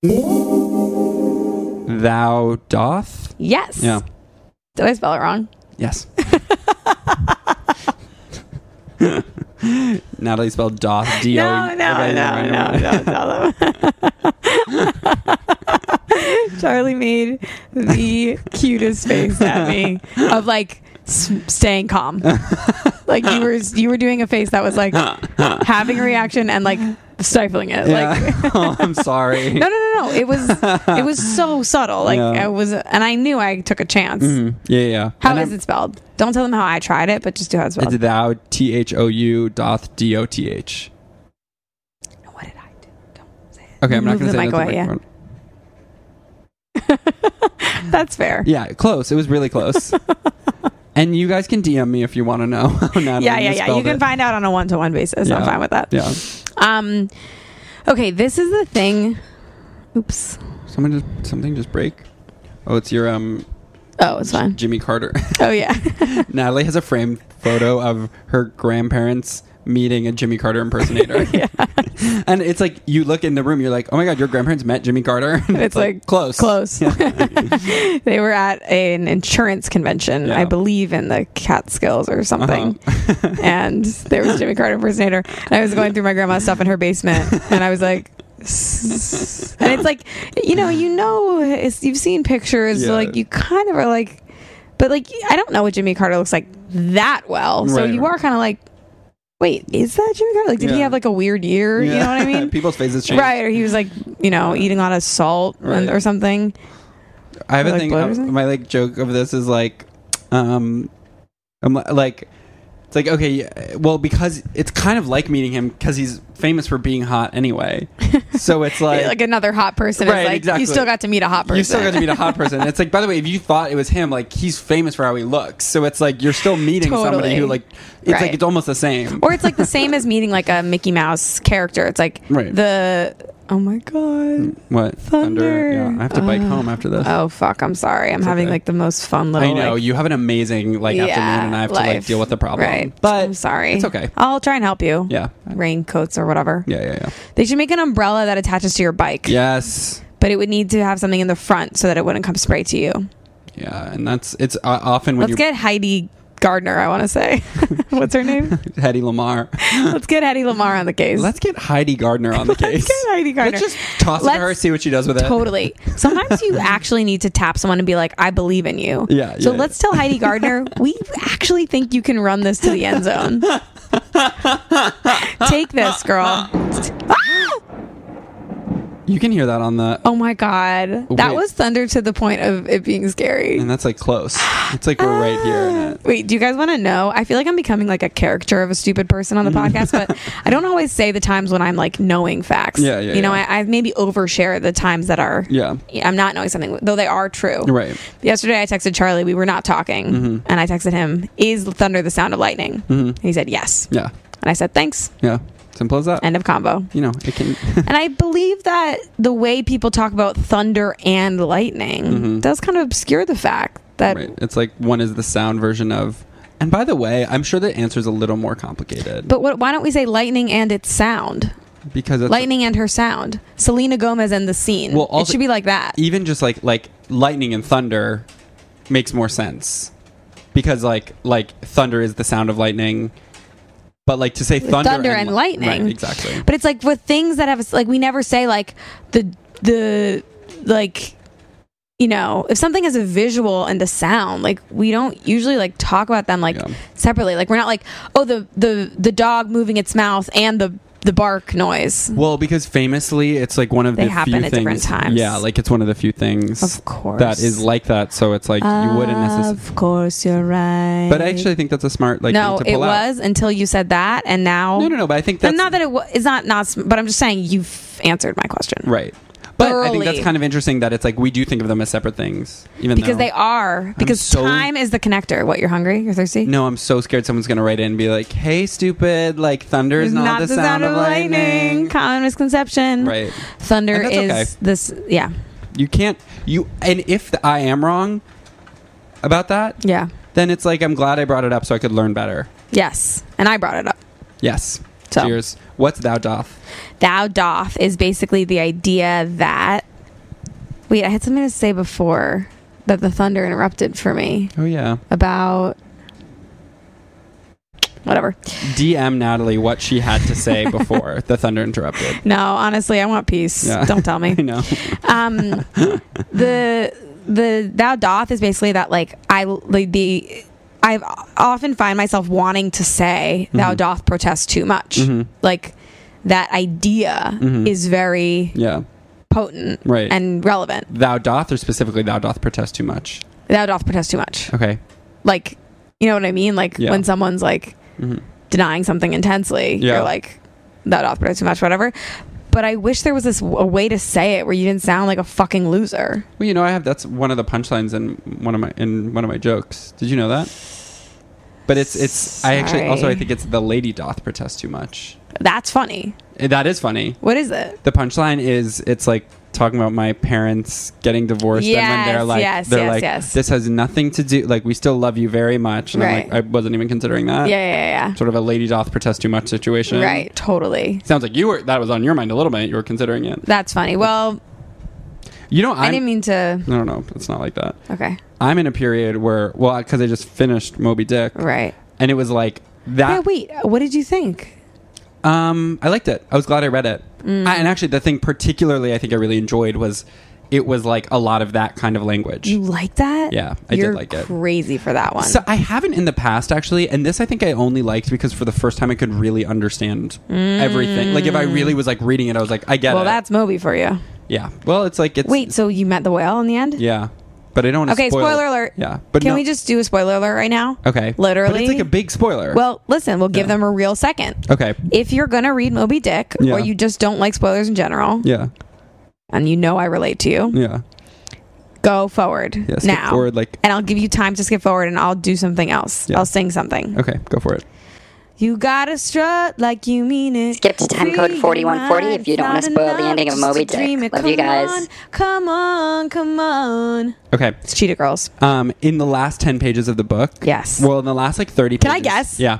Speaker 1: Thou doth?
Speaker 2: Yes.
Speaker 1: Yeah.
Speaker 2: Did I spell it wrong?
Speaker 1: Yes. *laughs* Natalie spelled doth, D O. E
Speaker 2: No, no,
Speaker 1: Okay,
Speaker 2: no,
Speaker 1: never mind, never
Speaker 2: no,
Speaker 1: mind.
Speaker 2: no, tell
Speaker 1: *laughs*
Speaker 2: them. *laughs* Charlie made the cutest face at me of like s- staying
Speaker 1: *laughs*
Speaker 2: calm. Like you were you were doing a face that was like having a reaction and like stifling it. *laughs* Like
Speaker 1: Yeah. *laughs* oh, I'm sorry.
Speaker 2: *laughs* no, no, no, no. It was it was so subtle. Like
Speaker 1: Yeah.
Speaker 2: I was and I knew I took a chance.
Speaker 1: Mm, yeah, yeah.
Speaker 2: How is it spelled? Don't tell them how I tried it, but just do how it's spelled.
Speaker 1: It's thou T H O U doth D O T H.
Speaker 2: what did I do? Don't say it.
Speaker 1: Okay, I'm not
Speaker 2: Move
Speaker 1: going to
Speaker 2: the
Speaker 1: say
Speaker 2: mic
Speaker 1: it
Speaker 2: away, yeah. That's fair.
Speaker 1: Yeah. close. It was really
Speaker 2: *laughs*
Speaker 1: close. and you guys can DM me if you want to know. *laughs* how Natalie
Speaker 2: yeah, yeah, yeah. You
Speaker 1: misspelled
Speaker 2: can
Speaker 1: it.
Speaker 2: find out on a one to one basis. I'm
Speaker 1: Yeah.
Speaker 2: fine with that.
Speaker 1: Yeah.
Speaker 2: Um, okay, this is the thing. Oops.
Speaker 1: Someone just something just break. Oh, it's your um
Speaker 2: Oh, it's fine.
Speaker 1: Jimmy Carter. *laughs*
Speaker 2: Oh yeah.
Speaker 1: Natalie has a framed photo of her grandparents meeting a Jimmy Carter
Speaker 2: *laughs*
Speaker 1: impersonator. and it's like you look in the room, you're like, oh my god, your grandparents met Jimmy Carter. *laughs* And
Speaker 2: *laughs* It's like
Speaker 1: close,
Speaker 2: Close. *laughs* they were at an insurance convention,
Speaker 1: Yeah. Uh-huh.
Speaker 2: I believe, in the Catskills
Speaker 1: *laughs*
Speaker 2: or something. and there was Jimmy Carter impersonator. And I was going through my grandma's stuff in her basement, and I was like. "S-s-s-s." And it's like, you know, you know, it's, you've seen pictures,
Speaker 1: Yeah.
Speaker 2: like you kind of are like, but like I don't know what Jimmy Carter looks like that well, so
Speaker 1: Right,
Speaker 2: you
Speaker 1: right.
Speaker 2: are kind of like, wait, is that Jimmy Carter? Like, did he
Speaker 1: Yeah.
Speaker 2: have like a weird year? You know what I
Speaker 1: *laughs*
Speaker 2: mean?
Speaker 1: People's faces change.
Speaker 2: Right, or he was like, you know, eating a lot of salt and,
Speaker 1: Right.
Speaker 2: or something.
Speaker 1: I have a
Speaker 2: Like
Speaker 1: thing.
Speaker 2: blood or
Speaker 1: uh,
Speaker 2: something?
Speaker 1: my like joke of this is like, um, I'm li- like, it's like okay, yeah, well because it's kind of like meeting him because he's famous for being hot
Speaker 2: *laughs*
Speaker 1: anyway. So it's like.
Speaker 2: Like, another hot person
Speaker 1: Right,
Speaker 2: is like,
Speaker 1: exactly.
Speaker 2: you still got to meet a hot person.
Speaker 1: you still got to meet a hot
Speaker 2: *laughs*
Speaker 1: person. It's like, by the way, if you thought it was him, like he's famous for how he looks. So it's like you're still meeting somebody
Speaker 2: Totally.
Speaker 1: who, like, it's
Speaker 2: Right.
Speaker 1: like it's almost the same.
Speaker 2: or it's like the same as meeting like a Mickey Mouse character. It's like
Speaker 1: Right.
Speaker 2: the oh
Speaker 1: *laughs*
Speaker 2: my god.
Speaker 1: what
Speaker 2: Thunder.
Speaker 1: Yeah, I have to bike
Speaker 2: Uh,
Speaker 1: home after this.
Speaker 2: Oh fuck, I'm sorry. I'm having
Speaker 1: okay.
Speaker 2: like the most fun little.
Speaker 1: I know
Speaker 2: like,
Speaker 1: you have an amazing like afternoon, and I have to like
Speaker 2: life.
Speaker 1: deal with the problem.
Speaker 2: Right.
Speaker 1: But
Speaker 2: I'm sorry.
Speaker 1: It's okay.
Speaker 2: I'll try and help you.
Speaker 1: Yeah.
Speaker 2: Raincoats or whatever.
Speaker 1: Yeah. Yeah. Yeah.
Speaker 2: They should make an umbrella that attaches to your bike.
Speaker 1: Yes.
Speaker 2: But it would need to have something in the front so that it wouldn't come spray to you.
Speaker 1: Yeah, and that's it's uh, often when
Speaker 2: Let's
Speaker 1: you're
Speaker 2: get Heidi Gardner, I want to say. *laughs* What's
Speaker 1: *laughs*
Speaker 2: her name?
Speaker 1: Hedy Lamar.
Speaker 2: Let's get Eddie Lamar on the case.
Speaker 1: Let's get Heidi Gardner
Speaker 2: *laughs*
Speaker 1: on the case.
Speaker 2: get Heidi Gardner.
Speaker 1: Let's just toss it to her,
Speaker 2: Let's-
Speaker 1: see what she does with it.
Speaker 2: totally.
Speaker 1: *laughs*
Speaker 2: Sometimes you actually need to tap someone and be like, "I believe in you."
Speaker 1: Yeah,
Speaker 2: So
Speaker 1: yeah,
Speaker 2: let's tell
Speaker 1: *laughs*
Speaker 2: Heidi Gardner we actually think you can run this to the end zone. Take this, girl.
Speaker 1: You can hear that on the,
Speaker 2: Oh my god, that
Speaker 1: Wait.
Speaker 2: was thunder to the point of it being scary.
Speaker 1: and that's like close. It's like we're right here. In it.
Speaker 2: Wait, do you guys want to know? I feel like I'm becoming like a character of a stupid
Speaker 1: *laughs*
Speaker 2: person on the podcast, but I don't always say the times when I'm like knowing facts.
Speaker 1: Yeah, yeah,
Speaker 2: You know,
Speaker 1: yeah.
Speaker 2: I, I maybe overshare the times that are.
Speaker 1: Yeah.
Speaker 2: I'm not knowing something, though they are true.
Speaker 1: Right. Mm-hmm.
Speaker 2: Yesterday, I texted Charlie. We were not talking, and I texted him, "Is thunder the sound of lightning?" And he said, "Yes."
Speaker 1: Yeah.
Speaker 2: And I said, thanks.
Speaker 1: Yeah. Simple as that.
Speaker 2: End of combo.
Speaker 1: you know, it can.
Speaker 2: And I believe that the way people talk about thunder and lightning does kind of obscure the fact that
Speaker 1: Mm-hmm. *laughs* right. It's like one is the sound version of. And by the way, I'm sure the answer is a little more complicated.
Speaker 2: But what, why don't we say lightning and its sound?
Speaker 1: because it's,
Speaker 2: Lightning and her sound. Selena Gomez and the scene.
Speaker 1: Well, also-
Speaker 2: it should be like that.
Speaker 1: even just like like lightning and thunder makes more sense because like like thunder is the sound of lightning but like to say thunder,
Speaker 2: thunder and
Speaker 1: li-
Speaker 2: lightning.
Speaker 1: right, exactly
Speaker 2: But it's like with things that have like we never say like the the like you know if something has a visual and a sound like we don't usually like talk about them like
Speaker 1: Yeah.
Speaker 2: separately like we're not like oh the the the dog moving its mouth and the the bark noise
Speaker 1: well because famously it's like one of
Speaker 2: They
Speaker 1: the
Speaker 2: happen
Speaker 1: few
Speaker 2: at different
Speaker 1: things
Speaker 2: times.
Speaker 1: yeah like it's one of the few things
Speaker 2: Of course.
Speaker 1: that is like that so it's like you wouldn't necessarily
Speaker 2: of course you're right
Speaker 1: but I actually think that's a smart like
Speaker 2: no
Speaker 1: thing to
Speaker 2: it
Speaker 1: pull out.
Speaker 2: was until you said that and now
Speaker 1: no no no but I think that's
Speaker 2: and not that it was it's not not sm- but i'm just saying you've answered my question
Speaker 1: right but I think
Speaker 2: Thoroughly.
Speaker 1: that's kind of interesting that it's like we do think of them as separate things even
Speaker 2: because
Speaker 1: though-
Speaker 2: they are because
Speaker 1: so-
Speaker 2: time is the connector what you're hungry you're thirsty
Speaker 1: No, I'm so scared someone's gonna write in and be like, "Hey, stupid! Like thunder is
Speaker 2: It's
Speaker 1: not, the, sound, of lightning."
Speaker 2: Common misconception.
Speaker 1: Right.
Speaker 2: Thunder
Speaker 1: And
Speaker 2: is
Speaker 1: that's okay.
Speaker 2: this. Yeah.
Speaker 1: You can't. You and if I am wrong about that,
Speaker 2: Yeah.
Speaker 1: then it's like I'm glad I brought it up so I could learn better.
Speaker 2: Yes. And I brought it up.
Speaker 1: Yes.
Speaker 2: So.
Speaker 1: Cheers. What's thou doth?
Speaker 2: Thou doth is basically the idea that. Wait, I had something to say before that the thunder interrupted for me
Speaker 1: Oh yeah.
Speaker 2: about. Whatever.
Speaker 1: DM Natalie what she had to
Speaker 2: *laughs*
Speaker 1: say before the thunder interrupted.
Speaker 2: No, honestly, I want peace.
Speaker 1: Yeah.
Speaker 2: Don't tell me.
Speaker 1: I know.
Speaker 2: um the the thou doth is basically that like i like the i often find myself wanting to say
Speaker 1: Mm-hmm.
Speaker 2: thou doth protest too much like that idea
Speaker 1: Mm-hmm.
Speaker 2: is very
Speaker 1: Yeah.
Speaker 2: potent
Speaker 1: Right.
Speaker 2: and relevant
Speaker 1: Thou doth, or specifically thou doth protest too much.
Speaker 2: thou doth protest too much
Speaker 1: Okay.
Speaker 2: like you know what i mean like
Speaker 1: Yeah.
Speaker 2: when someone's like denying something intensely
Speaker 1: Yeah.
Speaker 2: you're like that off put too much whatever but i wish there was this a way to say it where you didn't sound like a fucking loser
Speaker 1: Well, you know, I have that's one of the punchlines in one of my in one of my jokes. Did you know that? But it's it's I actually also I
Speaker 2: Sorry.
Speaker 1: think it's the lady doth protest too much.
Speaker 2: that's funny
Speaker 1: Eh, That is funny.
Speaker 2: what is it
Speaker 1: The punchline is it's like talking about my parents getting divorced and when they're
Speaker 2: Yes,
Speaker 1: like
Speaker 2: yes,
Speaker 1: they're
Speaker 2: yes,
Speaker 1: like
Speaker 2: yes.
Speaker 1: this has nothing to do like we still love you very much and I'm
Speaker 2: Right.
Speaker 1: like I wasn't even considering that.
Speaker 2: yeah yeah yeah,
Speaker 1: Sort of a lady doth protest too much situation.
Speaker 2: yeah. right totally
Speaker 1: Sounds like you were that was on your mind a little bit. You were considering it.
Speaker 2: that's funny well
Speaker 1: You know
Speaker 2: I'm,
Speaker 1: I'm,
Speaker 2: i did not mean to
Speaker 1: No, no, it's not like that.
Speaker 2: okay
Speaker 1: I'm in a period where well because I just finished Moby Dick.
Speaker 2: right
Speaker 1: and it was like
Speaker 2: yeah
Speaker 1: that.
Speaker 2: wait what did you think
Speaker 1: um, I liked it. I was glad I read it.
Speaker 2: Mm.
Speaker 1: I, and actually, the thing particularly I think I really enjoyed was it was like a lot of that kind of language.
Speaker 2: you like that
Speaker 1: Yeah, I did
Speaker 2: You're
Speaker 1: like it.
Speaker 2: crazy for that one
Speaker 1: so I haven't in the past actually, and this I think I only liked because for the first time I could really understand everything. Like if I really was like reading it, I was like, I get
Speaker 2: Mm. well
Speaker 1: it.
Speaker 2: that's moby for you
Speaker 1: yeah. Well, it's like it's
Speaker 2: wait so you met the whale in the end
Speaker 1: yeah, but I don't. wanna
Speaker 2: Okay,
Speaker 1: spoil-
Speaker 2: spoiler alert.
Speaker 1: Yeah, but
Speaker 2: can
Speaker 1: no-
Speaker 2: we just do a spoiler alert right now?
Speaker 1: okay?
Speaker 2: Literally.
Speaker 1: but it's like a big spoiler.
Speaker 2: Well, listen, we'll give
Speaker 1: Yeah.
Speaker 2: them a real second.
Speaker 1: okay,
Speaker 2: If you're gonna read Moby Dick,
Speaker 1: Yeah.
Speaker 2: or you just don't like spoilers in general,
Speaker 1: yeah,
Speaker 2: and you know I relate to you,
Speaker 1: yeah,
Speaker 2: go forward
Speaker 1: yeah. Skip
Speaker 2: now,
Speaker 1: forward like
Speaker 2: and I'll give you time to skip forward, and I'll do something else.
Speaker 1: Yeah.
Speaker 2: I'll sing something.
Speaker 1: okay, go for it.
Speaker 2: You gotta strut like you mean it.
Speaker 3: Skip to time code 4140 if you don't wanna spoil the ending of Moby Dick. Love you guys.
Speaker 2: come on, come on.
Speaker 1: Okay,
Speaker 2: It's Cheetah Girls.
Speaker 1: um, in the last 10 pages of the book.
Speaker 2: Yes.
Speaker 1: Well, in the last like 30 pages.
Speaker 2: Can I guess?
Speaker 1: Yeah.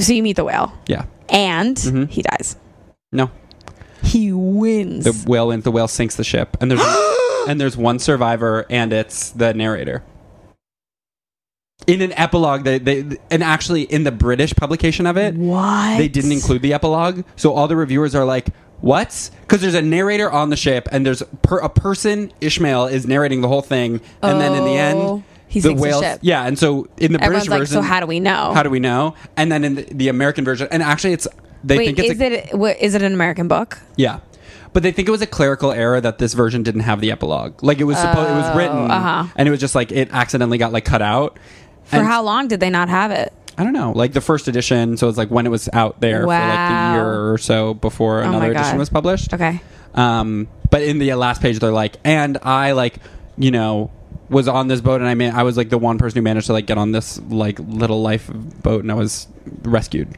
Speaker 2: So you meet the whale,
Speaker 1: Yeah.
Speaker 2: and
Speaker 1: Mm-hmm.
Speaker 2: he dies.
Speaker 1: No.
Speaker 2: He wins.
Speaker 1: The whale and the whale sinks the ship and there's
Speaker 2: *gasps*
Speaker 1: and there's one survivor and it's the narrator. In an epilogue they, they and actually in the British publication of it,
Speaker 2: what?
Speaker 1: they didn't include the epilogue. So all the reviewers are like, "What?" Cuz there's a narrator on the ship and there's per, a person Ishmael is narrating the whole thing and then in the
Speaker 2: Oh,
Speaker 1: end
Speaker 2: he
Speaker 1: the
Speaker 2: sinks the
Speaker 1: whale
Speaker 2: ship.
Speaker 1: Yeah, and so in the British
Speaker 2: Everyone's like,
Speaker 1: version
Speaker 2: so how do we know?
Speaker 1: How do we know? And then in the, the American version, and actually, it's they
Speaker 2: Wait,
Speaker 1: think it's
Speaker 2: is
Speaker 1: a,
Speaker 2: it what, is it an American book?
Speaker 1: yeah, but they think it was a clerical error that this version didn't have the epilogue. Like it was supposed, it was
Speaker 2: Oh,
Speaker 1: written, and it was just like it accidentally got like cut out.
Speaker 2: uh-huh. For
Speaker 1: And-
Speaker 2: how long did they not have it?
Speaker 1: I don't know, like the first edition. So it's like when it was out there for like
Speaker 2: Wow.
Speaker 1: the year or so before
Speaker 2: Oh my
Speaker 1: another edition
Speaker 2: God.
Speaker 1: was published.
Speaker 2: Okay.
Speaker 1: Um, but in the last page, they're like, and I like, you know, was on this boat, and I mean, I was like the one person who managed to like get on this like little life boat, and I was rescued.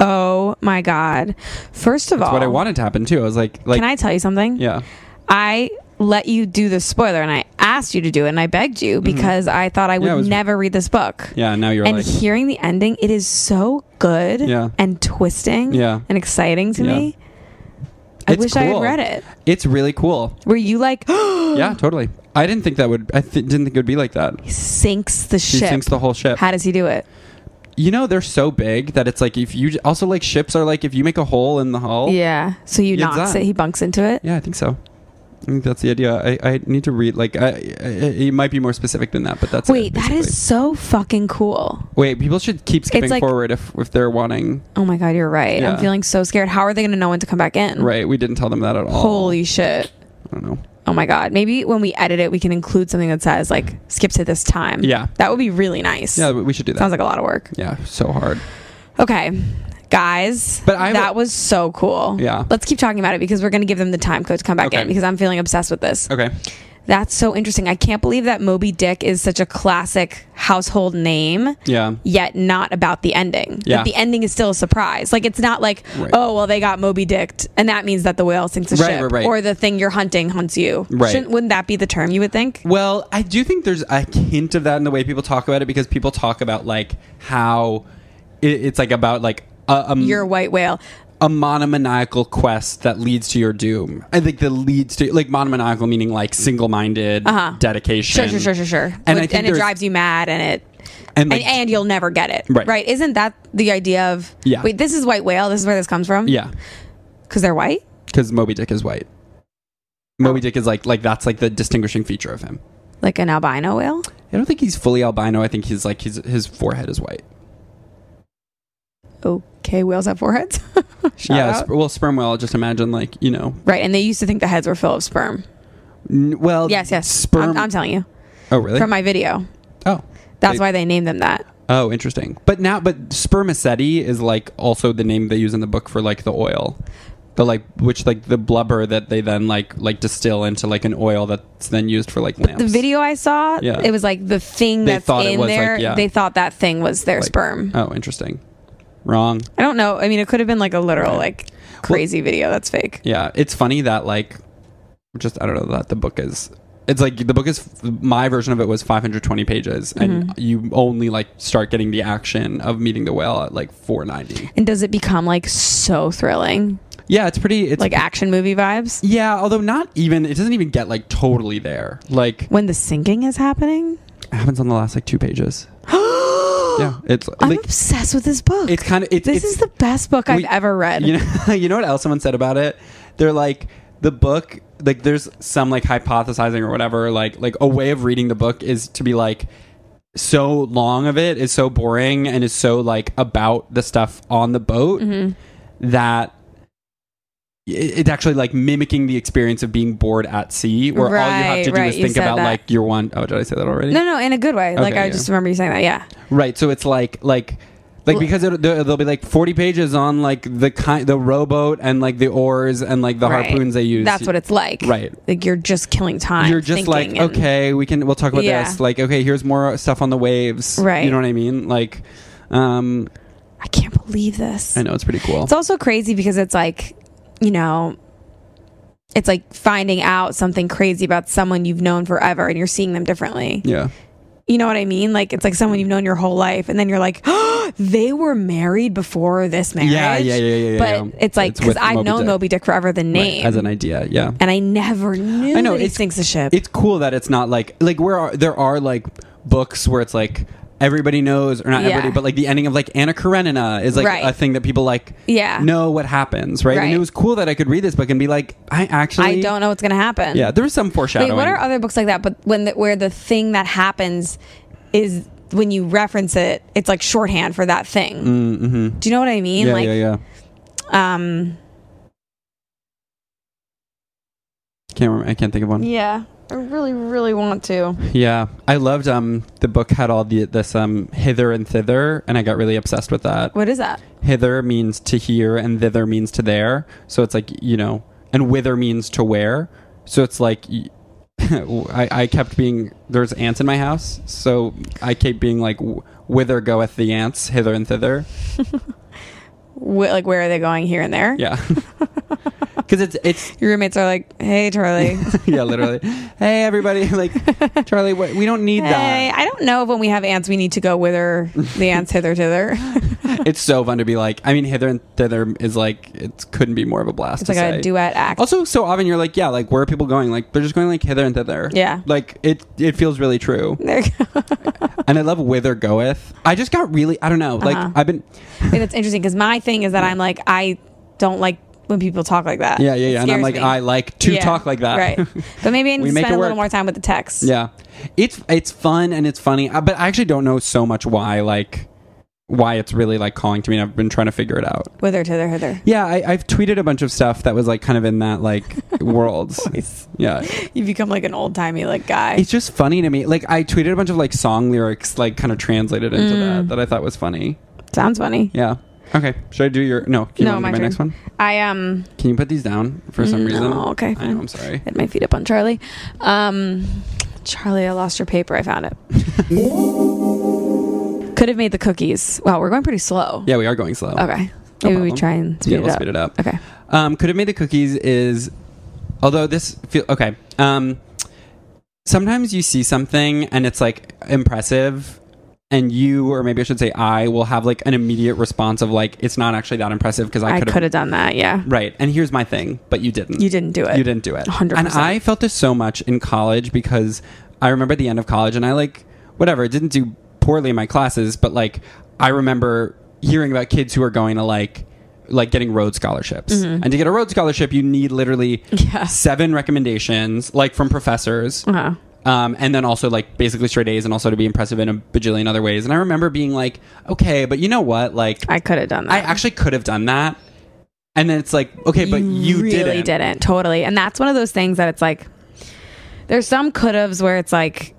Speaker 2: oh my god. First of all,
Speaker 1: What I wanted to happen too. I was like, like,
Speaker 2: can I tell you something?
Speaker 1: yeah,
Speaker 2: I let you do the spoiler and I asked you to do it and I begged you because I thought I would
Speaker 1: Mm-hmm. it was-
Speaker 2: never read this book.
Speaker 1: yeah. Now you're
Speaker 2: and
Speaker 1: like,
Speaker 2: hearing the ending, it is so good
Speaker 1: Yeah.
Speaker 2: and twisting
Speaker 1: Yeah.
Speaker 2: and exciting to
Speaker 1: Yeah.
Speaker 2: me. I
Speaker 1: It's
Speaker 2: wish I had
Speaker 1: cool.
Speaker 2: read it.
Speaker 1: it's really
Speaker 2: *gasps*
Speaker 1: cool.
Speaker 2: Were you
Speaker 1: *gasps*
Speaker 2: like
Speaker 1: yeah, totally. I didn't think that would. I th- didn't think it would be like that.
Speaker 2: sinks the
Speaker 1: She
Speaker 2: ship?
Speaker 1: sinks the whole ship.
Speaker 2: How does he do it?
Speaker 1: you know they're so big that it's like if you j- also like ships are like if you make a hole in the hull.
Speaker 2: Yeah. So
Speaker 1: Oh.
Speaker 2: you
Speaker 1: It's
Speaker 2: knocks
Speaker 1: that.
Speaker 2: it. He bunks into it.
Speaker 1: Yeah, I think so. I think that's the idea. I, I need to read like I, I it might be more specific than that, but that's it,
Speaker 2: Wait, that
Speaker 1: basically.
Speaker 2: is so fucking cool.
Speaker 1: Wait, people should keep skipping
Speaker 2: like-
Speaker 1: forward if if they're wanting.
Speaker 2: Oh my god, you're right.
Speaker 1: Yeah.
Speaker 2: I'm feeling so scared. How are they going to know when to come back in?
Speaker 1: Right, we didn't tell them that at all.
Speaker 2: Mm. Holy shit.
Speaker 1: I don't know.
Speaker 2: Oh my god. Maybe when we edit it, we can include something that says like skip to this time.
Speaker 1: Yeah.
Speaker 2: That would be really nice.
Speaker 1: Yeah, we should do that.
Speaker 2: Sounds like a lot of work.
Speaker 1: yeah, so hard.
Speaker 2: Okay. Guys,
Speaker 1: But I-
Speaker 2: that was so cool.
Speaker 1: Yeah.
Speaker 2: Let's keep talking about it because we're going to give them the time code to come back
Speaker 1: Okay.
Speaker 2: in because I'm feeling obsessed with this.
Speaker 1: Okay.
Speaker 2: That's so interesting. I can't believe that Moby Dick is such a classic household name.
Speaker 1: Yeah.
Speaker 2: yet not about the ending.
Speaker 1: Yeah.
Speaker 2: That the ending is still a surprise. Like it's not like,
Speaker 1: Right.
Speaker 2: oh well, they got Moby Dicked, and that means that the whale sinks the
Speaker 1: Right,
Speaker 2: ship,
Speaker 1: right, right.
Speaker 2: or the thing you're hunting hunts you.
Speaker 1: Right.
Speaker 2: Shouldn't, wouldn't that be the term you would think?
Speaker 1: Well, I do think there's a hint of that in the way people talk about it because people talk about like how it, it's like about like a, a,
Speaker 2: You're a white whale.
Speaker 1: a monomaniacal quest that leads to your doom. I think that leads to like monomaniacal meaning like single-minded dedication.
Speaker 2: Uh-huh. Sure, sure, sure, sure, sure.
Speaker 1: And,
Speaker 2: With-
Speaker 1: I think
Speaker 2: and it
Speaker 1: there's-
Speaker 2: drives you mad, and it.
Speaker 1: And,
Speaker 2: And,
Speaker 1: like-
Speaker 2: and you'll never get it.
Speaker 1: Right.
Speaker 2: Right. Isn't that the idea of,
Speaker 1: Yeah.
Speaker 2: wait, this is white whale. This is where this comes from?
Speaker 1: Yeah,
Speaker 2: Because they're white?
Speaker 1: because Moby Dick is white. Moby Dick is like like that's like the distinguishing feature of him.
Speaker 2: Like an albino whale?
Speaker 1: I don't think he's fully albino. I think he's like his his forehead is white.
Speaker 2: Okay, whales have foreheads. *laughs* Shout
Speaker 1: yeah,
Speaker 2: out.
Speaker 1: sp- well, sperm whale. Just imagine like you know.
Speaker 2: right. And they used to think the heads were full of sperm.
Speaker 1: N- well,
Speaker 2: Yes, yes.
Speaker 1: Sperm.
Speaker 2: I'm, I'm telling you.
Speaker 1: oh, really?
Speaker 2: From my video.
Speaker 1: oh,
Speaker 2: That's
Speaker 1: They-
Speaker 2: why they named them that.
Speaker 1: oh, interesting. But now, but spermaceti is like also the name they use in the book for like the oil, the like which like the blubber that they then like like distill into like an oil that's then used for like lamps.
Speaker 2: The video I saw,
Speaker 1: Yeah.
Speaker 2: it was like the thing
Speaker 1: They
Speaker 2: that's
Speaker 1: thought it
Speaker 2: in
Speaker 1: was, like,
Speaker 2: there.
Speaker 1: yeah.
Speaker 2: They thought that thing was their
Speaker 1: Like-
Speaker 2: sperm.
Speaker 1: Oh, interesting. Wrong.
Speaker 2: I don't know. I mean, it could have been like a literal
Speaker 1: Right.
Speaker 2: like crazy video that's fake.
Speaker 1: Yeah, it's funny that like, just I don't know that the book is. It's like the book is my version of it was 520 pages, and
Speaker 2: Mm-hmm.
Speaker 1: you only like start getting the action of meeting the whale at like 490.
Speaker 2: And does it become like so thrilling,
Speaker 1: Yeah, it's pretty. It's
Speaker 2: like action movie vibes
Speaker 1: yeah, although not even it doesn't even get like totally there. Like it
Speaker 2: when the sinking is happening? *gasps*
Speaker 1: happens on the last like two pages. yeah, it's
Speaker 2: I'm
Speaker 1: like
Speaker 2: obsessed with this book.
Speaker 1: it's kind of it's
Speaker 2: this
Speaker 1: it's-
Speaker 2: is the best book I've
Speaker 1: we-
Speaker 2: ever read.
Speaker 1: You know, *laughs* you know what else someone said about it? They're like the book. Like there's some like hypothesizing or whatever. Like like a way of reading the book is to be like so long of it is so boring and is so like about the stuff on the boat
Speaker 2: Mm-hmm.
Speaker 1: that i- it's actually like mimicking the experience of being bored at sea where all you have
Speaker 2: Right,
Speaker 1: to do
Speaker 2: right,
Speaker 1: is
Speaker 2: you
Speaker 1: think
Speaker 2: said
Speaker 1: about
Speaker 2: that.
Speaker 1: like your one oh did i say that already
Speaker 2: no, no, in a good way. like
Speaker 1: Okay,
Speaker 2: I
Speaker 1: yeah.
Speaker 2: just remember you saying that. Yeah.
Speaker 1: Right. So it's like like like because it, there- there'll be like forty pages on like the kind the rowboat and like the oars and like the
Speaker 2: Right.
Speaker 1: harpoons they use.
Speaker 2: That's what it's like.
Speaker 1: Right.
Speaker 2: Like you're just killing time.
Speaker 1: You're just like
Speaker 2: thinking and-
Speaker 1: okay, we can we'll talk about
Speaker 2: Yeah.
Speaker 1: this. Like okay, here's more stuff on the waves.
Speaker 2: Right.
Speaker 1: You know what I mean? Like, um,
Speaker 2: I can't believe this.
Speaker 1: I know it's pretty cool.
Speaker 2: It's also crazy because it's like, you know, it's like finding out something crazy about someone you've known forever and you're seeing them differently.
Speaker 1: yeah.
Speaker 2: You know what I mean? Like it's like someone you've known your whole life and then you're like, *gasps* they were married before this marriage.
Speaker 1: Yeah, yeah, yeah, yeah, yeah,
Speaker 2: But
Speaker 1: yeah.
Speaker 2: it's like
Speaker 1: It's
Speaker 2: because
Speaker 1: with
Speaker 2: I've
Speaker 1: Moby
Speaker 2: known
Speaker 1: Dick.
Speaker 2: Moby Dick forever, the name,
Speaker 1: Right, as an idea. Yeah.
Speaker 2: and I never knew.
Speaker 1: I know,
Speaker 2: that he
Speaker 1: it's-
Speaker 2: sinks the ship.
Speaker 1: It's cool that it's not like like where are there are like books where it's like everybody knows or not
Speaker 2: Yeah.
Speaker 1: everybody but like the ending of like Anna Karenina is like
Speaker 2: Right.
Speaker 1: a thing that people like
Speaker 2: Yeah.
Speaker 1: know what happens right? and
Speaker 2: Right.
Speaker 1: it was cool that I could read this book and be like I actually
Speaker 2: I don't know what's gonna happen.
Speaker 1: yeah there was some foreshadowing
Speaker 2: Wait, what are other books like that? But when the, where the thing that happens is when you reference it, it's like shorthand for that thing.
Speaker 1: mm-hmm.
Speaker 2: Do you know what I mean?
Speaker 1: yeah
Speaker 2: like,
Speaker 1: yeah yeah
Speaker 2: um,
Speaker 1: can't remember I can't think of one
Speaker 2: yeah, I really, really want to.
Speaker 1: yeah I loved um the book had all the this um hither and thither and I got really obsessed with that
Speaker 2: What is that?
Speaker 1: hither means to here and thither means to there so it's like you know and whither means to where so it's like y- *laughs* I, I kept being there's ants in my house so i kept being like "Wh- whither goeth the ants hither and thither
Speaker 2: wh- like where are they going here and there?
Speaker 1: Yeah. *laughs* Because it's it's *laughs*
Speaker 2: Your roommates are like, "Hey, Charlie.
Speaker 1: yeah literally. Hey everybody, *laughs* like Charlie, what, we don't need
Speaker 2: hey, I don't know if when we have ants we need to go whither the ants hither thither." *laughs*
Speaker 1: that. It's so fun to be like. I mean, hither and thither is like it couldn't be more of a blast.
Speaker 2: It's
Speaker 1: to
Speaker 2: like a
Speaker 1: say.
Speaker 2: duet act.
Speaker 1: Also, so often you're like, yeah, like where are people going? Like they're just going like hither and thither.
Speaker 2: Yeah.
Speaker 1: Like it it feels really
Speaker 2: *laughs*
Speaker 1: true.
Speaker 2: *laughs* There you go.
Speaker 1: and I love whither goeth. I just got really I don't know. Like
Speaker 2: Uh-huh.
Speaker 1: I've been
Speaker 2: And it's interesting because my thing is that I'm like, I don't like when people talk like that.
Speaker 1: yeah yeah yeah,
Speaker 2: It
Speaker 1: and I'm
Speaker 2: scares
Speaker 1: like
Speaker 2: me.
Speaker 1: I like to
Speaker 2: Yeah,
Speaker 1: talk like that. *laughs*
Speaker 2: Right. But maybe I need
Speaker 1: We
Speaker 2: to
Speaker 1: make
Speaker 2: spend
Speaker 1: it
Speaker 2: a little
Speaker 1: work.
Speaker 2: more time with the text.
Speaker 1: Yeah, it's it's fun and it's funny, uh, but I actually don't know so much why like why it's really like calling to me. I've been trying to figure it out.
Speaker 2: Whither thither hither.
Speaker 1: Yeah, I, I've tweeted a bunch of stuff that was like kind of in that
Speaker 2: *laughs*
Speaker 1: like world. Yeah,
Speaker 2: You become like an old timey like guy.
Speaker 1: it's just funny to me. Like I tweeted a bunch of like song lyrics, like kind of translated into
Speaker 2: Mm.
Speaker 1: that that I thought was funny.
Speaker 2: Sounds funny.
Speaker 1: Yeah. Okay. Should I do your no? Can you
Speaker 2: No,
Speaker 1: want to do
Speaker 2: my
Speaker 1: my
Speaker 2: turn.
Speaker 1: next one?
Speaker 2: I um
Speaker 1: Can you put these down for some reason?
Speaker 2: no, oh, okay,
Speaker 1: I
Speaker 2: fine.
Speaker 1: know, I'm sorry.
Speaker 2: had my feet up on Charlie. Um Charlie, I lost your paper. I found
Speaker 1: *laughs*
Speaker 2: it. Could have made the cookies. Wow, we're going pretty slow.
Speaker 1: Yeah, we are going slow.
Speaker 2: Okay.
Speaker 1: No
Speaker 2: Maybe we
Speaker 1: problem.
Speaker 2: try and speed,
Speaker 1: yeah,
Speaker 2: it,
Speaker 1: we'll
Speaker 2: up.
Speaker 1: speed it up.
Speaker 2: Okay.
Speaker 1: Um, could have made the cookies is, although this feel okay. Um, sometimes you see something and it's like impressive, and you or maybe I should say I will have like an immediate response of like it's not actually that impressive because I
Speaker 2: I
Speaker 1: could
Speaker 2: could
Speaker 1: have
Speaker 2: have done that, yeah.
Speaker 1: right. And here's my thing, but you didn't.
Speaker 2: You didn't do it.
Speaker 1: You didn't do it.
Speaker 2: 100%.
Speaker 1: And I felt this so much in college because I remember at the end of college and I like whatever, didn't do poorly in my classes, but like I remember hearing about kids who are going to like like getting Rhodes scholarships. And to get a Rhodes scholarship, you need literally
Speaker 2: Mm-hmm. Yeah.
Speaker 1: seven recommendations like from professors.
Speaker 2: Uh-huh.
Speaker 1: Um, and then also like basically straight A's and also to be impressive in a bajillion other ways. And I remember being like, okay, but you know what? Like
Speaker 2: I could have done that.
Speaker 1: I actually could have done that. And then it's like, okay, but you
Speaker 2: really didn't. totally and that's one of those things that it's like there's some could haves where it's like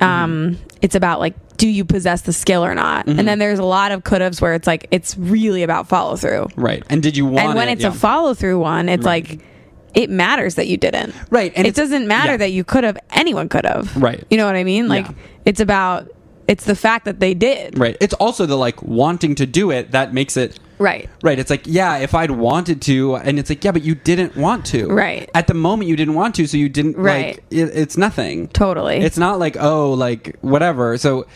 Speaker 1: Mm-hmm.
Speaker 2: um it's about like do you possess the skill or not
Speaker 1: Mm-hmm.
Speaker 2: and then there's a lot of could haves where it's like it's really about follow through
Speaker 1: Right. And did you want
Speaker 2: and when
Speaker 1: it?
Speaker 2: it's
Speaker 1: Yeah.
Speaker 2: a follow through one it's
Speaker 1: Right.
Speaker 2: like it matters that you didn't
Speaker 1: Right, and
Speaker 2: and it
Speaker 1: it's-
Speaker 2: doesn't matter
Speaker 1: yeah.
Speaker 2: that you could have anyone could have
Speaker 1: Right.
Speaker 2: you know what i mean like
Speaker 1: Yeah.
Speaker 2: it's about it's the fact that they did
Speaker 1: Right. It's also the like wanting to do it that makes it
Speaker 2: right
Speaker 1: Right. It's like, yeah, if I'd wanted to and it's like, yeah, but you didn't want to.
Speaker 2: Right.
Speaker 1: At the moment you didn't want to, so you didn't
Speaker 2: Right.
Speaker 1: like it, it's nothing.
Speaker 2: Totally.
Speaker 1: It's not like, oh, like whatever. So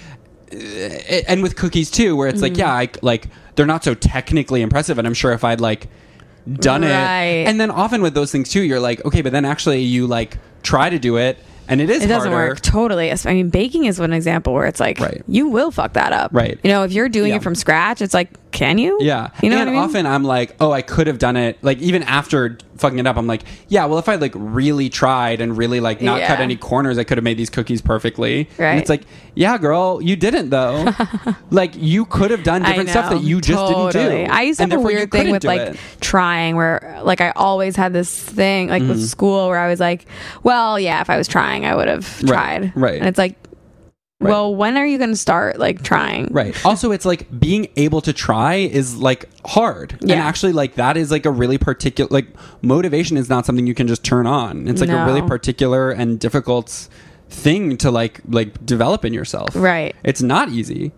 Speaker 1: uh, and with cookies too where it's
Speaker 2: Mm-hmm.
Speaker 1: like, yeah, I like they're not so technically impressive and I'm sure if I'd like done
Speaker 2: Right.
Speaker 1: it. And then often with those things too, you're like, okay, but then actually you like try to do it and it is
Speaker 2: it doesn't
Speaker 1: harder.
Speaker 2: work totally i mean baking is one example where it's like
Speaker 1: Right.
Speaker 2: you will fuck that up
Speaker 1: Right.
Speaker 2: you know if you're doing
Speaker 1: Yeah.
Speaker 2: it from scratch it's like can you
Speaker 1: Yeah.
Speaker 2: you know
Speaker 1: and
Speaker 2: what I mean?
Speaker 1: often I'm like, oh, I could have done it. Like even after fucking it up, I'm like, yeah, well, if I like really tried and really like not
Speaker 2: Yeah.
Speaker 1: cut any corners, I could have made these cookies perfectly.
Speaker 2: Right.
Speaker 1: And it's like, yeah, girl, you didn't
Speaker 2: *laughs*
Speaker 1: though. like you could have done
Speaker 2: I
Speaker 1: different stuff
Speaker 2: know.
Speaker 1: that you just
Speaker 2: Totally.
Speaker 1: didn't do.
Speaker 2: I used to
Speaker 1: And
Speaker 2: have a
Speaker 1: therefore you
Speaker 2: weird thing
Speaker 1: couldn't
Speaker 2: with
Speaker 1: do
Speaker 2: like
Speaker 1: it.
Speaker 2: trying where like I always had this thing like
Speaker 1: Mm-hmm.
Speaker 2: with school where I was like, well, yeah, if I was trying, I would have
Speaker 1: Right.
Speaker 2: tried.
Speaker 1: Right.
Speaker 2: And it's like,
Speaker 1: Right.
Speaker 2: well, when are you going to start like trying? *laughs*
Speaker 1: Right. Also, it's like being able to try is like hard. And
Speaker 2: Yeah.
Speaker 1: actually, like that is like a really particular, like motivation is not something you can just turn on. It's like a
Speaker 2: No.
Speaker 1: really particular and difficult thing to like, like develop in yourself.
Speaker 2: Right.
Speaker 1: It's not easy.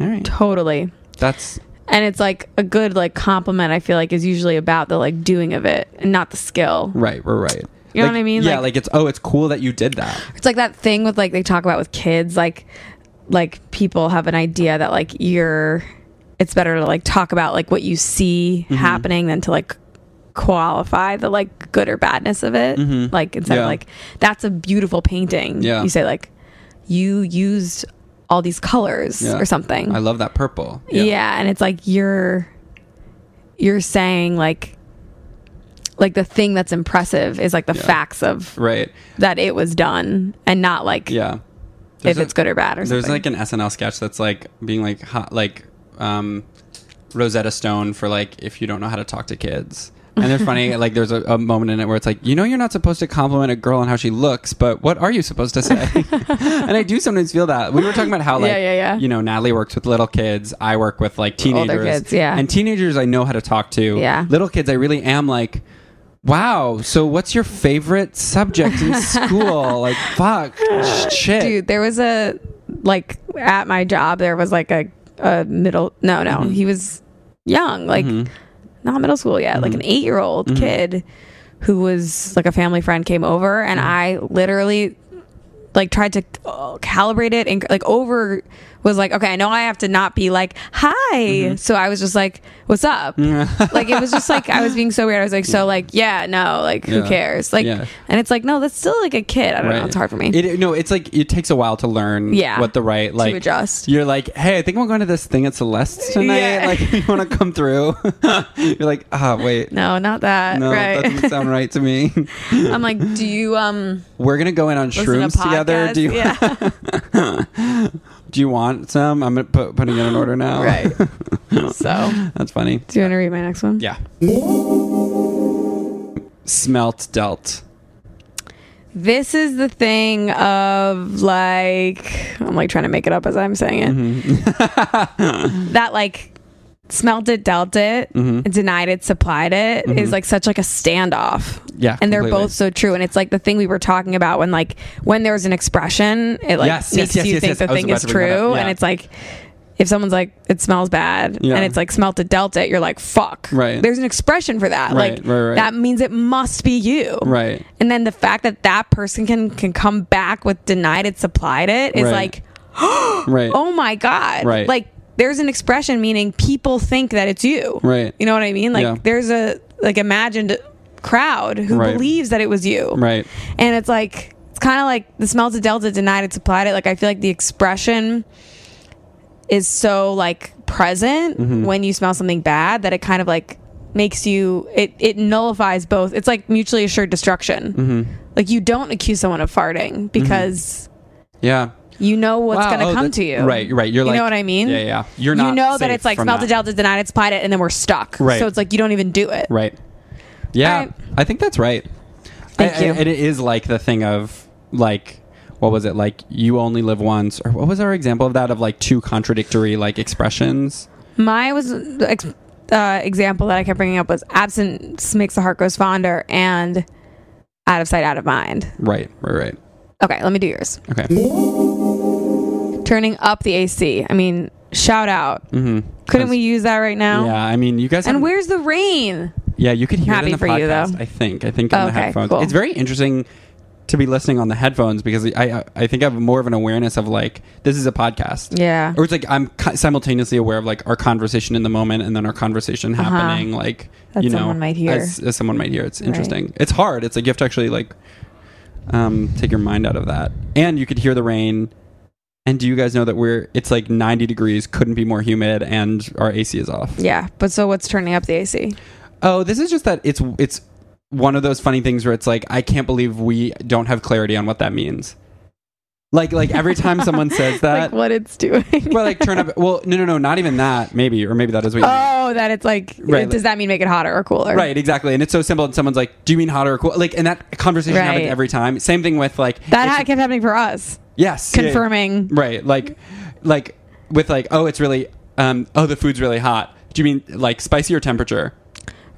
Speaker 1: All right.
Speaker 2: Totally.
Speaker 1: That's
Speaker 2: And it's like a good like compliment. I feel like is usually about the like doing of it and not the skill.
Speaker 1: right. We're right.
Speaker 2: You know
Speaker 1: Like,
Speaker 2: what I mean?
Speaker 1: Yeah. Like,
Speaker 2: Like-
Speaker 1: it's, oh, it's cool that you did that.
Speaker 2: It's like that thing with like they talk about with kids, like like people have an idea that like you're it's better to like talk about like what you see
Speaker 1: Mm-hmm.
Speaker 2: happening than to like qualify the like good or badness of it. Like instead
Speaker 1: Mm-hmm. Yeah.
Speaker 2: of like that's a beautiful painting.
Speaker 1: Yeah.
Speaker 2: You say like you used all these colors
Speaker 1: Yeah.
Speaker 2: or something.
Speaker 1: I love that purple.
Speaker 2: yeah. and it's like you're you're saying like like the thing that's impressive is like the facts of
Speaker 1: Right.
Speaker 2: that it was done and not like
Speaker 1: Yeah. There's
Speaker 2: if it's good or bad or something.
Speaker 1: There's like an SNL sketch that's like being like hot, like um, Rosetta Stone for like if you don't know how to talk to kids. And they're
Speaker 2: *laughs*
Speaker 1: funny. like there's a, a moment in it where it's like, you know, you're not supposed to compliment a girl on how she looks, but what are you supposed to
Speaker 2: *laughs*
Speaker 1: say? and I do sometimes feel that. We were talking about how like,
Speaker 2: Yeah, yeah, yeah.
Speaker 1: you know, Natalie works with little kids. I work with like teenagers.
Speaker 2: kids, yeah.
Speaker 1: And teenagers, I know how to talk to.
Speaker 2: Yeah.
Speaker 1: Little kids, I really am like. Wow. So, what's your favorite subject in
Speaker 2: *laughs*
Speaker 1: school? like, fuck, shit.
Speaker 2: dude, there was
Speaker 1: Mm-hmm.
Speaker 2: a like at my job there was like a a middle no no he was young, like not middle school yet, like an
Speaker 1: Mm-hmm.
Speaker 2: eight year old kid who was like a family friend came over, and
Speaker 1: Mm-hmm.
Speaker 2: I literally like tried to uh, calibrate it and like over was like okay i know i have to not be like hi
Speaker 1: Mm-hmm.
Speaker 2: so i was just like
Speaker 1: *laughs*
Speaker 2: what's up like it was just like i was being so weird i was like so like yeah no like who
Speaker 1: Yeah.
Speaker 2: cares like
Speaker 1: Yeah.
Speaker 2: and it's like no that's still like a kid i don't know it's hard for me
Speaker 1: It, no, it's like it takes a while to learn
Speaker 2: Yeah.
Speaker 1: what the right like
Speaker 2: adjust.
Speaker 1: You're like, hey, I think we're going to this thing at Celeste tonight. *laughs*
Speaker 2: Yeah.
Speaker 1: Like, you want to come through? *laughs* you're like, ah, wait, no,
Speaker 2: no not that
Speaker 1: that
Speaker 2: Uh, right
Speaker 1: doesn't sound right to me.
Speaker 2: *laughs* i'm like do you um
Speaker 1: we're gonna go in on
Speaker 2: listen to
Speaker 1: shrooms together.
Speaker 2: podcasts?
Speaker 1: Do you
Speaker 2: yeah
Speaker 1: *laughs* do you want some? I'm gonna put, putting in an order now.
Speaker 2: *laughs* right so
Speaker 1: *laughs* That's funny.
Speaker 2: do you want to read my next one
Speaker 1: Yeah. Smelt dealt.
Speaker 2: this is the thing of like I'm like trying to make it up as I'm saying it.
Speaker 1: Mm-hmm. *laughs*
Speaker 2: that like smelt it, dealt it, denied it, supplied it is like such like a standoff.
Speaker 1: Mm-hmm. Yeah,
Speaker 2: and they're
Speaker 1: completely.
Speaker 2: both so true. And it's like the thing we were talking about when like when there's an expression, it like
Speaker 1: Yes, yes,
Speaker 2: makes
Speaker 1: yes,
Speaker 2: you
Speaker 1: yes,
Speaker 2: think
Speaker 1: yes.
Speaker 2: the
Speaker 1: I was
Speaker 2: thing
Speaker 1: about
Speaker 2: is
Speaker 1: to bring that
Speaker 2: true,
Speaker 1: up. Yeah.
Speaker 2: and it's like. If someone's like, it smells bad,
Speaker 1: Yeah.
Speaker 2: and it's like smelt it, dealt it, you're like, fuck.
Speaker 1: Right.
Speaker 2: There's an expression for that.
Speaker 1: Right,
Speaker 2: like,
Speaker 1: right, right.
Speaker 2: that means it must be you.
Speaker 1: Right.
Speaker 2: And then the fact that that person can can come back with denied it, supplied it is
Speaker 1: Right.
Speaker 2: like,
Speaker 1: Right.
Speaker 2: oh my god,
Speaker 1: Right.
Speaker 2: Like there's an expression meaning people think that it's you,
Speaker 1: Right.
Speaker 2: You know what I mean? Like
Speaker 1: Yeah.
Speaker 2: there's a like imagined crowd who
Speaker 1: Right.
Speaker 2: believes that it was you,
Speaker 1: Right.
Speaker 2: And it's like it's kind of like the smells of Delta denied it, supplied it. Like I feel like the expression is so like present
Speaker 1: Mm-hmm.
Speaker 2: when you smell something bad that it kind of like makes you it it nullifies both it's like mutually assured destruction
Speaker 1: Mm-hmm.
Speaker 2: like you don't accuse someone of farting because
Speaker 1: Yeah.
Speaker 2: you know what's
Speaker 1: Mm-hmm. Wow,
Speaker 2: going to
Speaker 1: oh,
Speaker 2: come
Speaker 1: that-
Speaker 2: to you
Speaker 1: Right, right. You're
Speaker 2: you
Speaker 1: like,
Speaker 2: know what i mean
Speaker 1: Yeah, yeah. You're
Speaker 2: you
Speaker 1: not.
Speaker 2: know
Speaker 1: safe
Speaker 2: that it's like
Speaker 1: from
Speaker 2: smelt
Speaker 1: that.
Speaker 2: it delta denied it supplied it and then we're stuck
Speaker 1: Right.
Speaker 2: so it's like you don't even do it
Speaker 1: Right. Yeah,
Speaker 2: Alright.
Speaker 1: I think that's right.
Speaker 2: Thank
Speaker 1: I- I-
Speaker 2: you.
Speaker 1: and it is like the thing of like what was it like you only live once or what was our example of that of like two contradictory like expressions
Speaker 2: my was the ex- uh, example that i kept bringing up was absence makes the heart goes fonder and out of sight out of mind
Speaker 1: right right
Speaker 2: okay let me do yours
Speaker 1: right okay
Speaker 2: turning up the ac i mean shout out
Speaker 1: mm-hmm.
Speaker 2: couldn't we use that right now
Speaker 1: yeah i mean you guys
Speaker 2: and
Speaker 1: haven't-
Speaker 2: where's the rain
Speaker 1: yeah you could hear it
Speaker 2: Happy
Speaker 1: in the
Speaker 2: for you,
Speaker 1: podcast
Speaker 2: though.
Speaker 1: i think i think in the
Speaker 2: Okay,
Speaker 1: headphones
Speaker 2: cool.
Speaker 1: it's very interesting to be listening on the headphones because I, I i think i have more of an awareness of like this is a podcast
Speaker 2: yeah
Speaker 1: or it's like I'm co- simultaneously aware of like our conversation in the moment and then our conversation
Speaker 2: Uh-huh.
Speaker 1: happening like
Speaker 2: That
Speaker 1: you know
Speaker 2: someone might hear.
Speaker 1: as, as someone might hear it's interesting it's hard it's like you have to actually like um take your mind out of that and you could hear the rain and do you guys know that we're it's like 90 degrees couldn't be more humid and our AC is off
Speaker 2: yeah but so what's turning up the ac
Speaker 1: oh this is just that it's it's one of those funny things where it's like I can't believe we don't have clarity on what that means like like every time someone says that
Speaker 2: *laughs* like what it's doing
Speaker 1: Uh, well, like turn up. Well, no, no, no, not even that. Maybe, or maybe that is what you mean.
Speaker 2: *laughs* Oh, that it's like,
Speaker 1: Right.
Speaker 2: does that mean make it hotter or cooler?
Speaker 1: Right, exactly. And it's so simple. And someone's like, "Do you mean hot or cool?" Like, and that conversation happens
Speaker 2: Right.
Speaker 1: every time. Same thing with like
Speaker 2: That
Speaker 1: it's-
Speaker 2: ha- kept happening for us.
Speaker 1: yes, yeah, yeah.
Speaker 2: Confirming.
Speaker 1: Right, like, like with like, oh, it's really, um, oh, the food's really hot. Do you mean like spicy or temperature?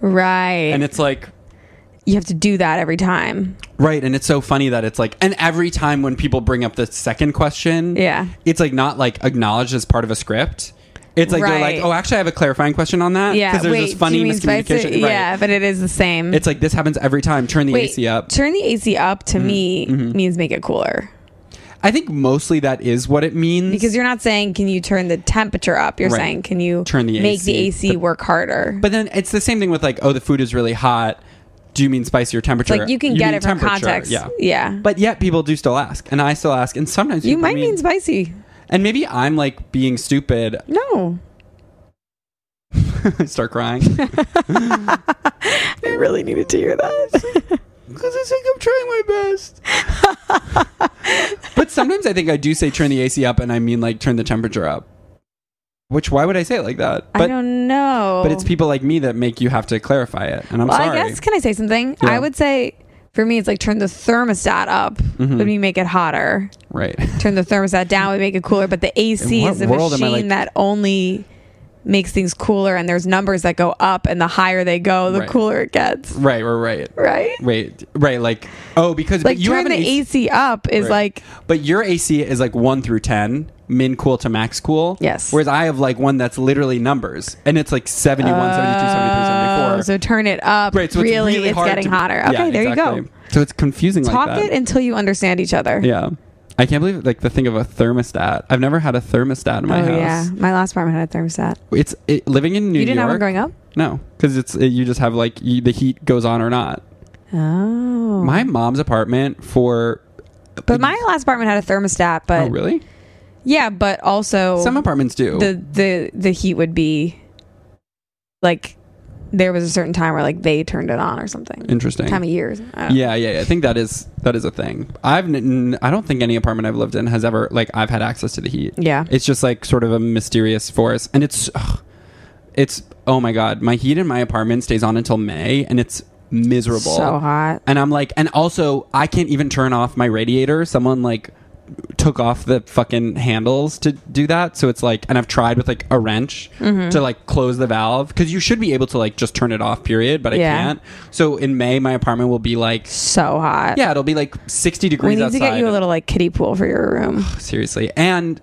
Speaker 2: Right.
Speaker 1: And it's like.
Speaker 2: you have to do that every time.
Speaker 1: Right, and it's so funny that it's like, and every time when people bring up the second question,
Speaker 2: Yeah.
Speaker 1: it's like not like acknowledged as part of a script. It's like they're
Speaker 2: Right.
Speaker 1: like, oh, actually, I have a clarifying question on *laughs* that.
Speaker 2: Yeah.
Speaker 1: because there's
Speaker 2: Wait,
Speaker 1: this funny
Speaker 2: do you mean
Speaker 1: miscommunication.
Speaker 2: spicy?
Speaker 1: Right.
Speaker 2: Yeah, but it is the same.
Speaker 1: It's like this happens every time. Turn the
Speaker 2: Wait,
Speaker 1: AC up. Mm-hmm.
Speaker 2: Turn the AC up to me means make it cooler.
Speaker 1: I think mostly that is what it means.
Speaker 2: Because you're not saying can you turn the temperature up? You're
Speaker 1: Right.
Speaker 2: saying can you
Speaker 1: Turn the
Speaker 2: make the
Speaker 1: AC,
Speaker 2: AC work harder?
Speaker 1: but then it's the same thing with like, oh, the food is really hot. Do you mean spicy or temperature?
Speaker 2: like you can get
Speaker 1: mean
Speaker 2: it from
Speaker 1: temperature,
Speaker 2: context.
Speaker 1: Yeah.
Speaker 2: Yeah.
Speaker 1: But yet people do still ask, and I still ask, and sometimes
Speaker 2: you
Speaker 1: people
Speaker 2: might mean spicy.
Speaker 1: and maybe I'm like being stupid. *laughs*
Speaker 2: No. *laughs*
Speaker 1: I start crying because
Speaker 2: I really needed to hear that. *laughs*
Speaker 1: I think I'm trying my best. but sometimes I think I do say turn the AC up, and I mean like turn the temperature up. Which why would I say it like that?
Speaker 2: I
Speaker 1: But
Speaker 2: don't know.
Speaker 1: but it's people like me that make you have to clarify it, and I'm
Speaker 2: well,
Speaker 1: sorry.
Speaker 2: I guess can I say something?
Speaker 1: Yeah.
Speaker 2: I would say for me, it's like turn the thermostat up
Speaker 1: Mm-hmm.
Speaker 2: would we make it hotter.
Speaker 1: right. *laughs*
Speaker 2: Turn the thermostat down would make it cooler. But the AC
Speaker 1: In what
Speaker 2: is a
Speaker 1: world am I, like-
Speaker 2: machine that only makes things cooler and there's numbers that go up and the higher they go the
Speaker 1: Right.
Speaker 2: cooler it gets
Speaker 1: Right, right, right,
Speaker 2: Right?
Speaker 1: right, right. Like, oh, because but
Speaker 2: like
Speaker 1: you have
Speaker 2: turn
Speaker 1: an
Speaker 2: the
Speaker 1: AC,
Speaker 2: ac up is
Speaker 1: right.
Speaker 2: like
Speaker 1: but your AC is like one through ten, min cool to max cool.
Speaker 2: Yes.
Speaker 1: Whereas I have like one that's literally numbers, and it's like 71, 72, 73, 74.
Speaker 2: oh, so turn it up
Speaker 1: right, so
Speaker 2: really
Speaker 1: it's, really
Speaker 2: it's
Speaker 1: hard
Speaker 2: getting
Speaker 1: to-
Speaker 2: hotter
Speaker 1: Yeah,
Speaker 2: okay there you
Speaker 1: exactly.
Speaker 2: go
Speaker 1: So it's confusing
Speaker 2: talk
Speaker 1: like that.
Speaker 2: it until you understand each other
Speaker 1: yeah, I can't believe like the thing of a thermostat. I've never had a thermostat in my
Speaker 2: oh
Speaker 1: house.
Speaker 2: yeah my last apartment had a thermostat
Speaker 1: It's it, living in New
Speaker 2: you didn't
Speaker 1: York.
Speaker 2: have one growing up
Speaker 1: No, because it's it, you just have like you, the heat goes on or not.
Speaker 2: oh
Speaker 1: My mom's apartment for.
Speaker 2: but my last apartment had a thermostat but
Speaker 1: oh really?
Speaker 2: yeah but also
Speaker 1: Some apartments do.
Speaker 2: the the the heat would be like there was a certain time where like they turned it on or something
Speaker 1: Interesting.
Speaker 2: time of Uh, years
Speaker 1: yeah, yeah, yeah. I think that is that is a thing. I've n- n- I don't think any apartment I've lived in has ever like I've had access to the heat.
Speaker 2: yeah
Speaker 1: It's just like sort of a mysterious force, and it's ugh, it's oh my god, my heat in my apartment stays on until May, and it's miserable.
Speaker 2: so hot
Speaker 1: And I'm like, and also I can't even turn off my radiator. Someone like took off the fucking handles to do that. So it's like, and I've tried with like a wrench
Speaker 2: Mm-hmm.
Speaker 1: to like close the valve because you should be able to like just turn it off, period. But I
Speaker 2: Yeah.
Speaker 1: can't. So in May, my apartment will be like,
Speaker 2: so hot
Speaker 1: yeah, it'll be like 60 degrees
Speaker 2: we need to
Speaker 1: outside.
Speaker 2: get you a little like kiddie pool for your
Speaker 1: *sighs*
Speaker 2: room
Speaker 1: Seriously. And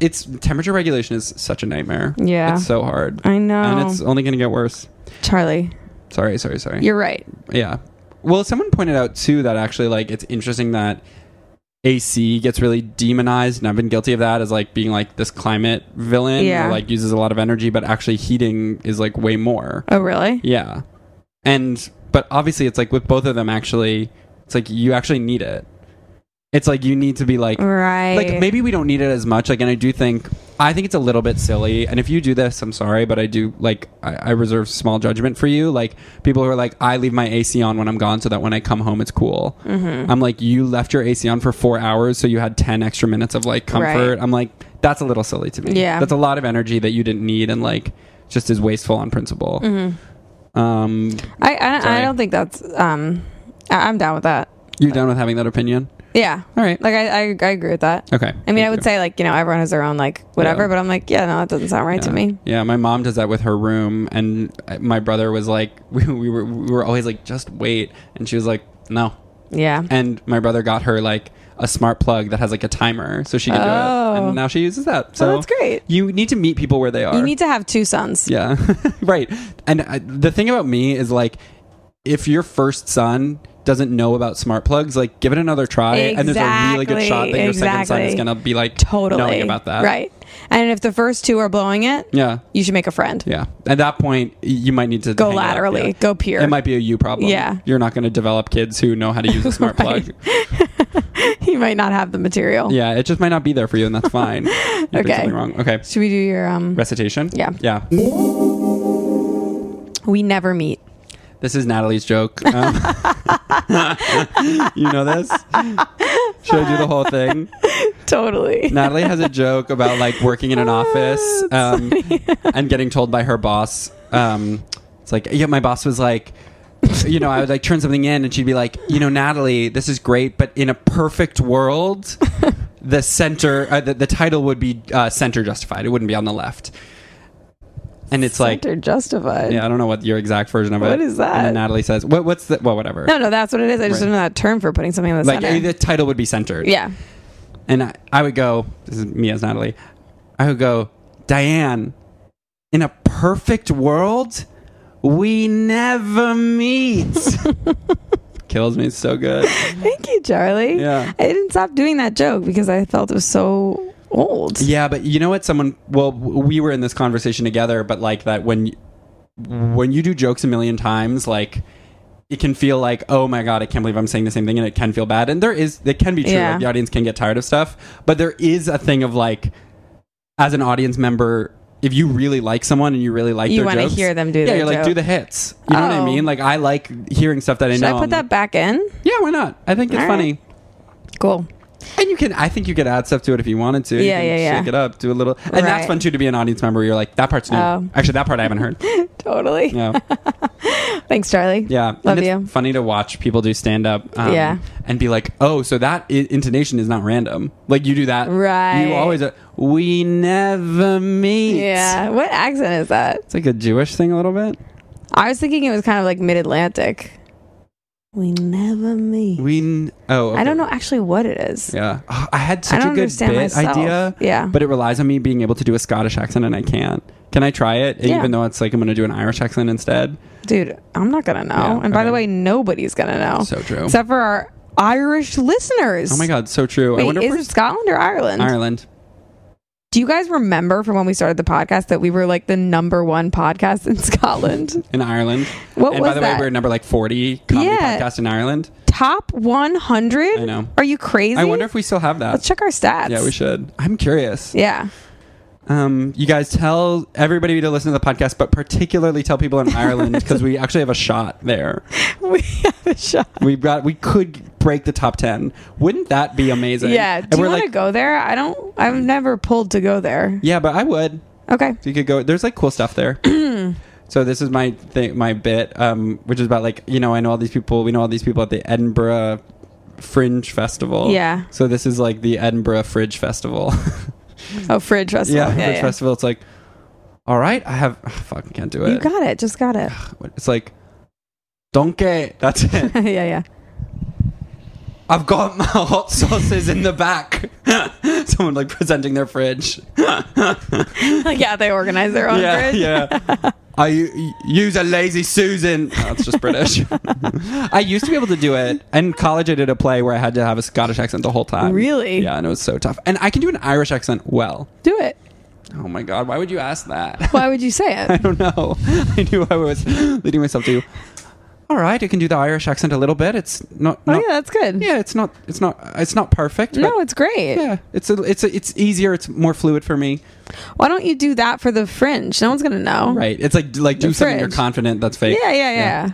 Speaker 1: it's temperature regulation is such a nightmare.
Speaker 2: Yeah.
Speaker 1: It's so hard.
Speaker 2: i know
Speaker 1: And it's only going to get worse.
Speaker 2: charlie
Speaker 1: Sorry, sorry, sorry.
Speaker 2: you're right
Speaker 1: Yeah. Well, someone pointed out too that actually, like, it's interesting that AC gets really demonized, and I've been guilty of that as like being like this climate villain,
Speaker 2: Yeah.
Speaker 1: or, like uses a lot of energy, but actually heating is like way more.
Speaker 2: oh really
Speaker 1: Yeah. And but obviously, it's like with both of them, actually, it's like you actually need it. It's like you need to be like,
Speaker 2: right
Speaker 1: like maybe we don't need it as much like and i do think i think it's a little bit silly and if you do this i'm sorry but i do like i, I reserve small judgment for you like people who are like i leave my ac on when i'm gone so that when i come home it's cool
Speaker 2: Mm-hmm.
Speaker 1: i'm like you left your ac on for four hours so you had 10 extra minutes of like comfort
Speaker 2: Right.
Speaker 1: i'm like that's a little silly to me
Speaker 2: Yeah.
Speaker 1: that's a lot of energy that you didn't need and like just is wasteful on principle
Speaker 2: Mm-hmm.
Speaker 1: um
Speaker 2: i i, I
Speaker 1: Sorry.
Speaker 2: don't think that's um I, i'm down with that
Speaker 1: you done with having that opinion
Speaker 2: yeah
Speaker 1: all right
Speaker 2: like i i, I agree with that
Speaker 1: okay
Speaker 2: I mean,
Speaker 1: Thank
Speaker 2: I would
Speaker 1: you.
Speaker 2: say like you know everyone has their own like whatever,
Speaker 1: Yeah.
Speaker 2: but I'm like yeah, no, that doesn't sound right to
Speaker 1: yeah.
Speaker 2: me.
Speaker 1: Yeah, my mom does that with her room, and I- my brother was like, *laughs* we, we were we were always like, just wait, and she was like, no.
Speaker 2: Yeah,
Speaker 1: And my brother got her like a smart plug that has like a timer, so she can do it,
Speaker 2: Oh.
Speaker 1: and now she uses that. So
Speaker 2: that's great.
Speaker 1: You need to meet people where they are.
Speaker 2: you need to have two
Speaker 1: *laughs*
Speaker 2: sons.
Speaker 1: yeah, *laughs* right. And I, the thing about me is like, if your first son doesn't know about smart plugs, like give it another try, and there's a really good shot that your second son is
Speaker 2: Exactly.
Speaker 1: gonna be like
Speaker 2: totally
Speaker 1: knowing about that.
Speaker 2: right and if the first two are blowing it
Speaker 1: Yeah.
Speaker 2: you should make a friend
Speaker 1: Yeah. At that point, you might need to
Speaker 2: Go
Speaker 1: hang it up,
Speaker 2: laterally.
Speaker 1: yeah.
Speaker 2: Go peer.
Speaker 1: It might be a you problem.
Speaker 2: Yeah.
Speaker 1: You're not going to develop kids who know how to
Speaker 2: *laughs*
Speaker 1: use a smart
Speaker 2: Right.
Speaker 1: plug.
Speaker 2: *laughs* you might not have the material
Speaker 1: Yeah. It just might not be there for you, and that's
Speaker 2: *laughs*
Speaker 1: fine. You did
Speaker 2: Okay.
Speaker 1: something wrong. Okay.
Speaker 2: should we do your um
Speaker 1: Recitation.
Speaker 2: Yeah.
Speaker 1: Yeah.
Speaker 2: we never meet
Speaker 1: This is Natalie's joke.
Speaker 2: *laughs*
Speaker 1: Um, *laughs* you know this? Should I do the whole thing?
Speaker 2: totally
Speaker 1: Natalie has a joke about like working in an office um,
Speaker 2: *laughs*
Speaker 1: and getting told by her boss. Um, it's like, yeah, my boss was like, you know, I would like turn something in and she'd be like, you know, Natalie, this is great, but in a perfect world, the center, uh, the, the title would be uh, center justified. It wouldn't be on the left. And it's like,
Speaker 2: Center justified
Speaker 1: yeah, I don't know what your exact version of it.
Speaker 2: What is that?
Speaker 1: And then Natalie says, what, what's the, well, whatever.
Speaker 2: no no that's what it is i just
Speaker 1: Right.
Speaker 2: don't know that term for putting something in the
Speaker 1: like
Speaker 2: center
Speaker 1: the title would be centered.
Speaker 2: yeah
Speaker 1: And I, I would go, this is me as Natalie. I would go, Diane, in a perfect world, we never meet. Kills me so good.
Speaker 2: thank you charlie
Speaker 1: Yeah.
Speaker 2: i didn't stop doing that joke because i felt it was so old
Speaker 1: Yeah, but you know what? Someone, well, w- we were in this conversation together, but like that when, when you do jokes a million times, like it can feel like, oh my god, I can't believe I'm saying the same thing, and it can feel bad. And there is, it can be true.
Speaker 2: Yeah.
Speaker 1: Like the audience can get tired of stuff, but there is a thing of like, as an audience member. If you really like someone and you really like
Speaker 2: You
Speaker 1: their
Speaker 2: wanna
Speaker 1: jokes,
Speaker 2: hear them do
Speaker 1: yeah,
Speaker 2: their
Speaker 1: you're like
Speaker 2: joke.
Speaker 1: do the hits. You know what I
Speaker 2: Oh.
Speaker 1: mean? Like I like hearing stuff that I
Speaker 2: should
Speaker 1: know.
Speaker 2: i put
Speaker 1: I'm
Speaker 2: that
Speaker 1: like,
Speaker 2: back in
Speaker 1: Yeah, why not? I think it's
Speaker 2: All right.
Speaker 1: funny.
Speaker 2: cool
Speaker 1: And you can, I think you could add stuff to it if you wanted to. You
Speaker 2: Yeah,
Speaker 1: can
Speaker 2: yeah, yeah.
Speaker 1: Shake it up, do a little, and that's
Speaker 2: Right.
Speaker 1: fun too to be an audience member. You're like, that part's new.
Speaker 2: Oh.
Speaker 1: Actually, that part I haven't
Speaker 2: *laughs*
Speaker 1: heard.
Speaker 2: totally
Speaker 1: Yeah,
Speaker 2: *laughs* thanks charlie
Speaker 1: yeah. And
Speaker 2: Love
Speaker 1: it's
Speaker 2: you.
Speaker 1: Funny to watch people do stand up. um,
Speaker 2: Yeah.
Speaker 1: and be like, oh, so that I- intonation is not random. Like you do that.
Speaker 2: Right.
Speaker 1: You always, uh, we never meet.
Speaker 2: Yeah. What accent is that?
Speaker 1: It's like a Jewish thing a little bit.
Speaker 2: I was thinking it was kind of like mid Atlantic. We never meet.
Speaker 1: We, n- oh,
Speaker 2: I don't
Speaker 1: okay.
Speaker 2: know actually what it is.
Speaker 1: Yeah. Oh, I had
Speaker 2: I
Speaker 1: such
Speaker 2: don't
Speaker 1: a good
Speaker 2: understand
Speaker 1: bit
Speaker 2: myself.
Speaker 1: idea.
Speaker 2: Yeah.
Speaker 1: But it relies on me being able to do a Scottish accent and I can't. Can I try it?
Speaker 2: Yeah.
Speaker 1: Even though it's like I'm going to do an Irish accent instead.
Speaker 2: Dude, I'm not going to know.
Speaker 1: Yeah,
Speaker 2: and by the
Speaker 1: okay.
Speaker 2: way, nobody's going to know.
Speaker 1: So true.
Speaker 2: Except for our Irish listeners.
Speaker 1: Oh my God. So true. I
Speaker 2: Wait,
Speaker 1: wonder
Speaker 2: is
Speaker 1: if
Speaker 2: it Scotland or Ireland?
Speaker 1: Ireland.
Speaker 2: Do you guys remember from when we started the podcast that we were like the number one podcast in *laughs* Scotland?
Speaker 1: In Ireland.
Speaker 2: What
Speaker 1: and
Speaker 2: was
Speaker 1: by the
Speaker 2: that?
Speaker 1: way, we're number like 40 comedy
Speaker 2: Yeah.
Speaker 1: podcast in Ireland.
Speaker 2: Top 100?
Speaker 1: I know.
Speaker 2: Are you crazy?
Speaker 1: I wonder if we still have that.
Speaker 2: Let's check our stats.
Speaker 1: Yeah, we should. I'm curious.
Speaker 2: Yeah. *laughs*
Speaker 1: Um, you guys tell everybody to listen to the podcast, but particularly tell people in Ireland
Speaker 2: *laughs*
Speaker 1: because we actually have a shot there.
Speaker 2: We have a shot.
Speaker 1: We got we could break the top ten. Wouldn't that be amazing?
Speaker 2: Yeah.
Speaker 1: And
Speaker 2: Do you
Speaker 1: we're
Speaker 2: want to
Speaker 1: like,
Speaker 2: go there? I don't. I've never pulled to go there.
Speaker 1: yeah, but I would.
Speaker 2: Okay.
Speaker 1: So you could go. There's like cool stuff there. so this is my thing, my bit, um, which is about like you know I know all these people. We know all these people at the Edinburgh Fringe Festival.
Speaker 2: Yeah.
Speaker 1: So this is like the Edinburgh Fringe Festival. *laughs*
Speaker 2: Oh, fridge festival.
Speaker 1: yeah, Fringe Festival. It's like, all right, I have. *sighs* ugh, fuck, I can't do it.
Speaker 2: You got it.
Speaker 1: *sighs*
Speaker 2: Just got it. *laughs*
Speaker 1: It's like, donkey. That's
Speaker 2: *laughs*
Speaker 1: it.
Speaker 2: yeah, yeah.
Speaker 1: I've got my hot sauces in the back. *laughs* Someone like presenting their fridge.
Speaker 2: Like, yeah, they organize their own
Speaker 1: yeah,
Speaker 2: fridge.
Speaker 1: yeah. *laughs* I u- use a lazy
Speaker 2: *laughs*
Speaker 1: Susan. Oh, it's just British. *laughs* I used to be able to do it. In college, I did a play where I had to have a Scottish accent the whole time.
Speaker 2: Really?
Speaker 1: Yeah, and it was so tough. And I can do an Irish accent well.
Speaker 2: Do it.
Speaker 1: Oh my God, why would you ask that?
Speaker 2: Why would you
Speaker 1: *laughs*
Speaker 2: say
Speaker 1: I
Speaker 2: it? *laughs*
Speaker 1: don't know. *laughs* I knew I was leading myself to. All right, I can do the Irish accent a little bit. It's not.
Speaker 2: Oh
Speaker 1: not-
Speaker 2: yeah, that's good.
Speaker 1: yeah, it's not. It's not. It's not perfect.
Speaker 2: No,
Speaker 1: but-
Speaker 2: it's great.
Speaker 1: Yeah, it's a, it's a, it's easier. It's more fluid for me.
Speaker 2: Why don't you do that for the fringe? No one's gonna know.
Speaker 1: Right. It's like like do
Speaker 2: Oh. The
Speaker 1: something you're
Speaker 2: fridge.
Speaker 1: confident that's fake.
Speaker 2: Yeah, yeah, yeah.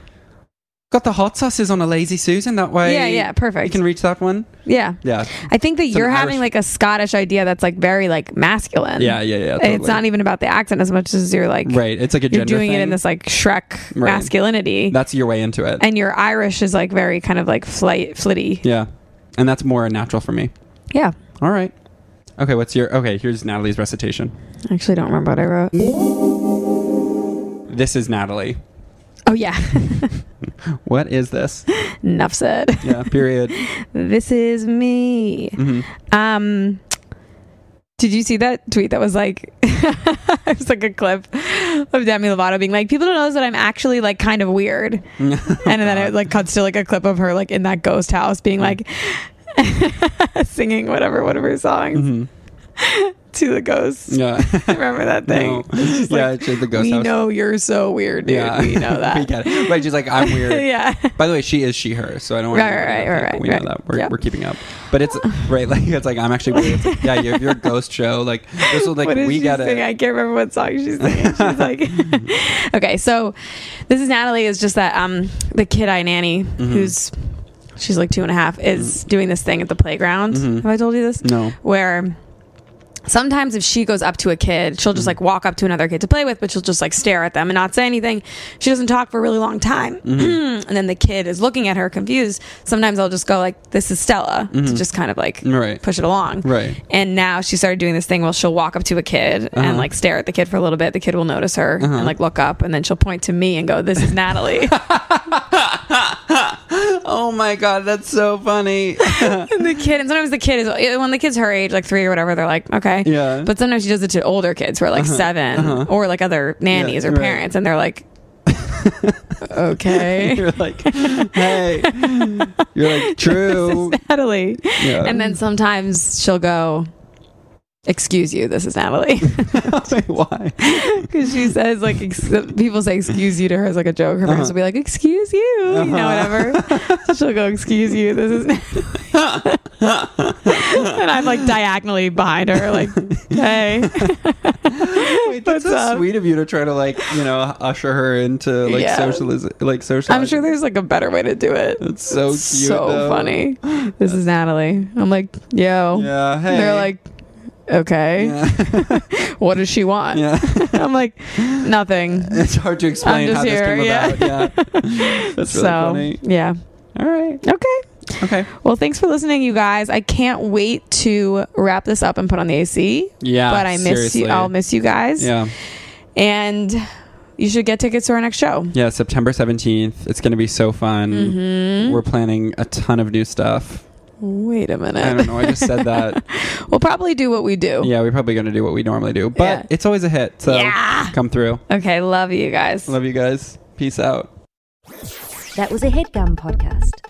Speaker 1: Got the hot sauces on a lazy Susan that way.
Speaker 2: Yeah, yeah, perfect.
Speaker 1: You can reach that one.
Speaker 2: Yeah.
Speaker 1: Yeah.
Speaker 2: I think that
Speaker 1: an
Speaker 2: you're having
Speaker 1: Irish-
Speaker 2: like a Scottish idea that's like very like masculine.
Speaker 1: Yeah, yeah, yeah,
Speaker 2: It's
Speaker 1: totally.
Speaker 2: not even about the accent as much as you're like
Speaker 1: Right. It's like a
Speaker 2: you're
Speaker 1: gender
Speaker 2: doing it
Speaker 1: thing.
Speaker 2: in this like Shrek
Speaker 1: Right.
Speaker 2: masculinity.
Speaker 1: That's your way into it.
Speaker 2: and your Irish is like very kind of like flight flitty.
Speaker 1: yeah, and that's more natural for me.
Speaker 2: Yeah.
Speaker 1: All right. Okay. What's your okay? Here's Natalie's recitation.
Speaker 2: I actually don't remember what I wrote.
Speaker 1: This is Natalie.
Speaker 2: Oh yeah. *laughs*
Speaker 1: What is this?
Speaker 2: Enough said. *laughs*
Speaker 1: Yeah. Period. Mm-hmm.
Speaker 2: This is me. Um did you see that tweet that was like *laughs* it was like a clip of Demi Lovato being like, people don't know that I'm actually like kind of weird. and
Speaker 1: Oh,
Speaker 2: then it like cuts to like a clip of her like in that ghost house being like
Speaker 1: Mm-hmm.
Speaker 2: *laughs* singing whatever one of her songs *laughs* to
Speaker 1: *laughs*
Speaker 2: the ghosts.
Speaker 1: Yeah.
Speaker 2: Remember that thing?
Speaker 1: Mm-hmm. No. Yeah, it's just the ghost
Speaker 2: we
Speaker 1: house.
Speaker 2: know you're so weird, dude.
Speaker 1: yeah.
Speaker 2: We know
Speaker 1: *laughs*
Speaker 2: that.
Speaker 1: we get it. Right. She's like, I'm weird.
Speaker 2: *laughs* yeah.
Speaker 1: By the way, she is she her, so I don't want
Speaker 2: Right,
Speaker 1: to
Speaker 2: right, right, right,
Speaker 1: We
Speaker 2: right.
Speaker 1: know that we're,
Speaker 2: Yeah.
Speaker 1: we're keeping up, but it's right. *laughs* Like it's like I'm actually weird. It's like, yeah, you're, you're a ghost show. Like this will like
Speaker 2: What did
Speaker 1: we
Speaker 2: she
Speaker 1: got
Speaker 2: sing?
Speaker 1: it.
Speaker 2: I can't remember what song she's
Speaker 1: *laughs*
Speaker 2: singing. She's like, *laughs* okay, so this is Natalie. Is just that um the kid I nanny
Speaker 1: Mm-hmm.
Speaker 2: who's she's like two and a half is doing this thing at the playground. Have I told you this?
Speaker 1: Mm-hmm. No.
Speaker 2: Where sometimes if she goes up to a kid, she'll just
Speaker 1: Mm-hmm.
Speaker 2: like walk up to another kid to play with, but she'll just like stare at them and not say anything. She doesn't talk for a really long time.
Speaker 1: Mm-hmm.
Speaker 2: *clears throat* and then the kid is looking at her confused. Sometimes I'll just go like, this is Stella to just kind of like
Speaker 1: Mm-hmm. Right.
Speaker 2: push it along.
Speaker 1: Right. Uh-huh.
Speaker 2: And now she started doing this thing where she'll walk up to a kid and like stare at the kid for a little bit. The kid will notice her and like look up and then she'll point to me and go, This is Natalie.
Speaker 1: *laughs* Oh my god, that's so funny. *laughs*
Speaker 2: and the kid, and sometimes the kid is, eh, when the kid's her age, like three or whatever, they're like, Okay.
Speaker 1: Yeah. *laughs* Uh-huh.
Speaker 2: But sometimes she does it to older kids who are like 7 or like other nannies or
Speaker 1: right.
Speaker 2: parents and
Speaker 1: *laughs*
Speaker 2: they're like, *laughs* Okay.
Speaker 1: you're like, hey,
Speaker 2: *laughs*
Speaker 1: you're like true.
Speaker 2: Natalie.
Speaker 1: Yeah.
Speaker 2: And then sometimes she'll go, Excuse you, this is Natalie.
Speaker 1: *laughs* Wait, why?
Speaker 2: Because she says like ex- people say excuse you to her as like a joke. Her friends
Speaker 1: Uh-huh.
Speaker 2: will be like excuse you, you know, whatever. So she'll go excuse you. This is, *laughs* and I'm like diagonally behind her, like
Speaker 1: *laughs*
Speaker 2: hey,
Speaker 1: Wait, that's
Speaker 2: What's
Speaker 1: so
Speaker 2: up?
Speaker 1: sweet of you to try to like you know usher her into like
Speaker 2: Yeah.
Speaker 1: socialism, like social.
Speaker 2: I'm sure there's like a better way to do it.
Speaker 1: That's so cute.
Speaker 2: so
Speaker 1: though.
Speaker 2: funny. This is Natalie. I'm like yo.
Speaker 1: Yeah. Hey.
Speaker 2: They're like okay,
Speaker 1: Yeah. *laughs*
Speaker 2: what does she want?
Speaker 1: yeah.
Speaker 2: *laughs* I'm like nothing.
Speaker 1: *laughs* It's hard to explain
Speaker 2: just
Speaker 1: how
Speaker 2: here, *laughs*
Speaker 1: this came
Speaker 2: yeah.
Speaker 1: about. Yeah. That's really
Speaker 2: so
Speaker 1: funny.
Speaker 2: yeah,
Speaker 1: All right.
Speaker 2: okay.
Speaker 1: Okay.
Speaker 2: Well, thanks for listening, you guys. I can't wait to wrap this up and put on the AC.
Speaker 1: Yeah,
Speaker 2: But I miss
Speaker 1: Ah, seriously.
Speaker 2: you. I'll miss you guys.
Speaker 1: Yeah.
Speaker 2: And you should get tickets to our next show.
Speaker 1: Yeah, September 17th. It's going to be so fun.
Speaker 2: Mm-hmm.
Speaker 1: We're planning a ton of new stuff.
Speaker 2: Wait a minute.
Speaker 1: I don't know. I just said that.
Speaker 2: *laughs* we'll probably do what we do.
Speaker 1: Yeah, we're probably going to do what we normally do, but
Speaker 2: Oh. Yeah.
Speaker 1: it's always a hit. So
Speaker 2: Yeah.
Speaker 1: come through.
Speaker 2: Okay. Love you guys.
Speaker 1: Love you guys. Peace out.
Speaker 4: That was a headgum podcast.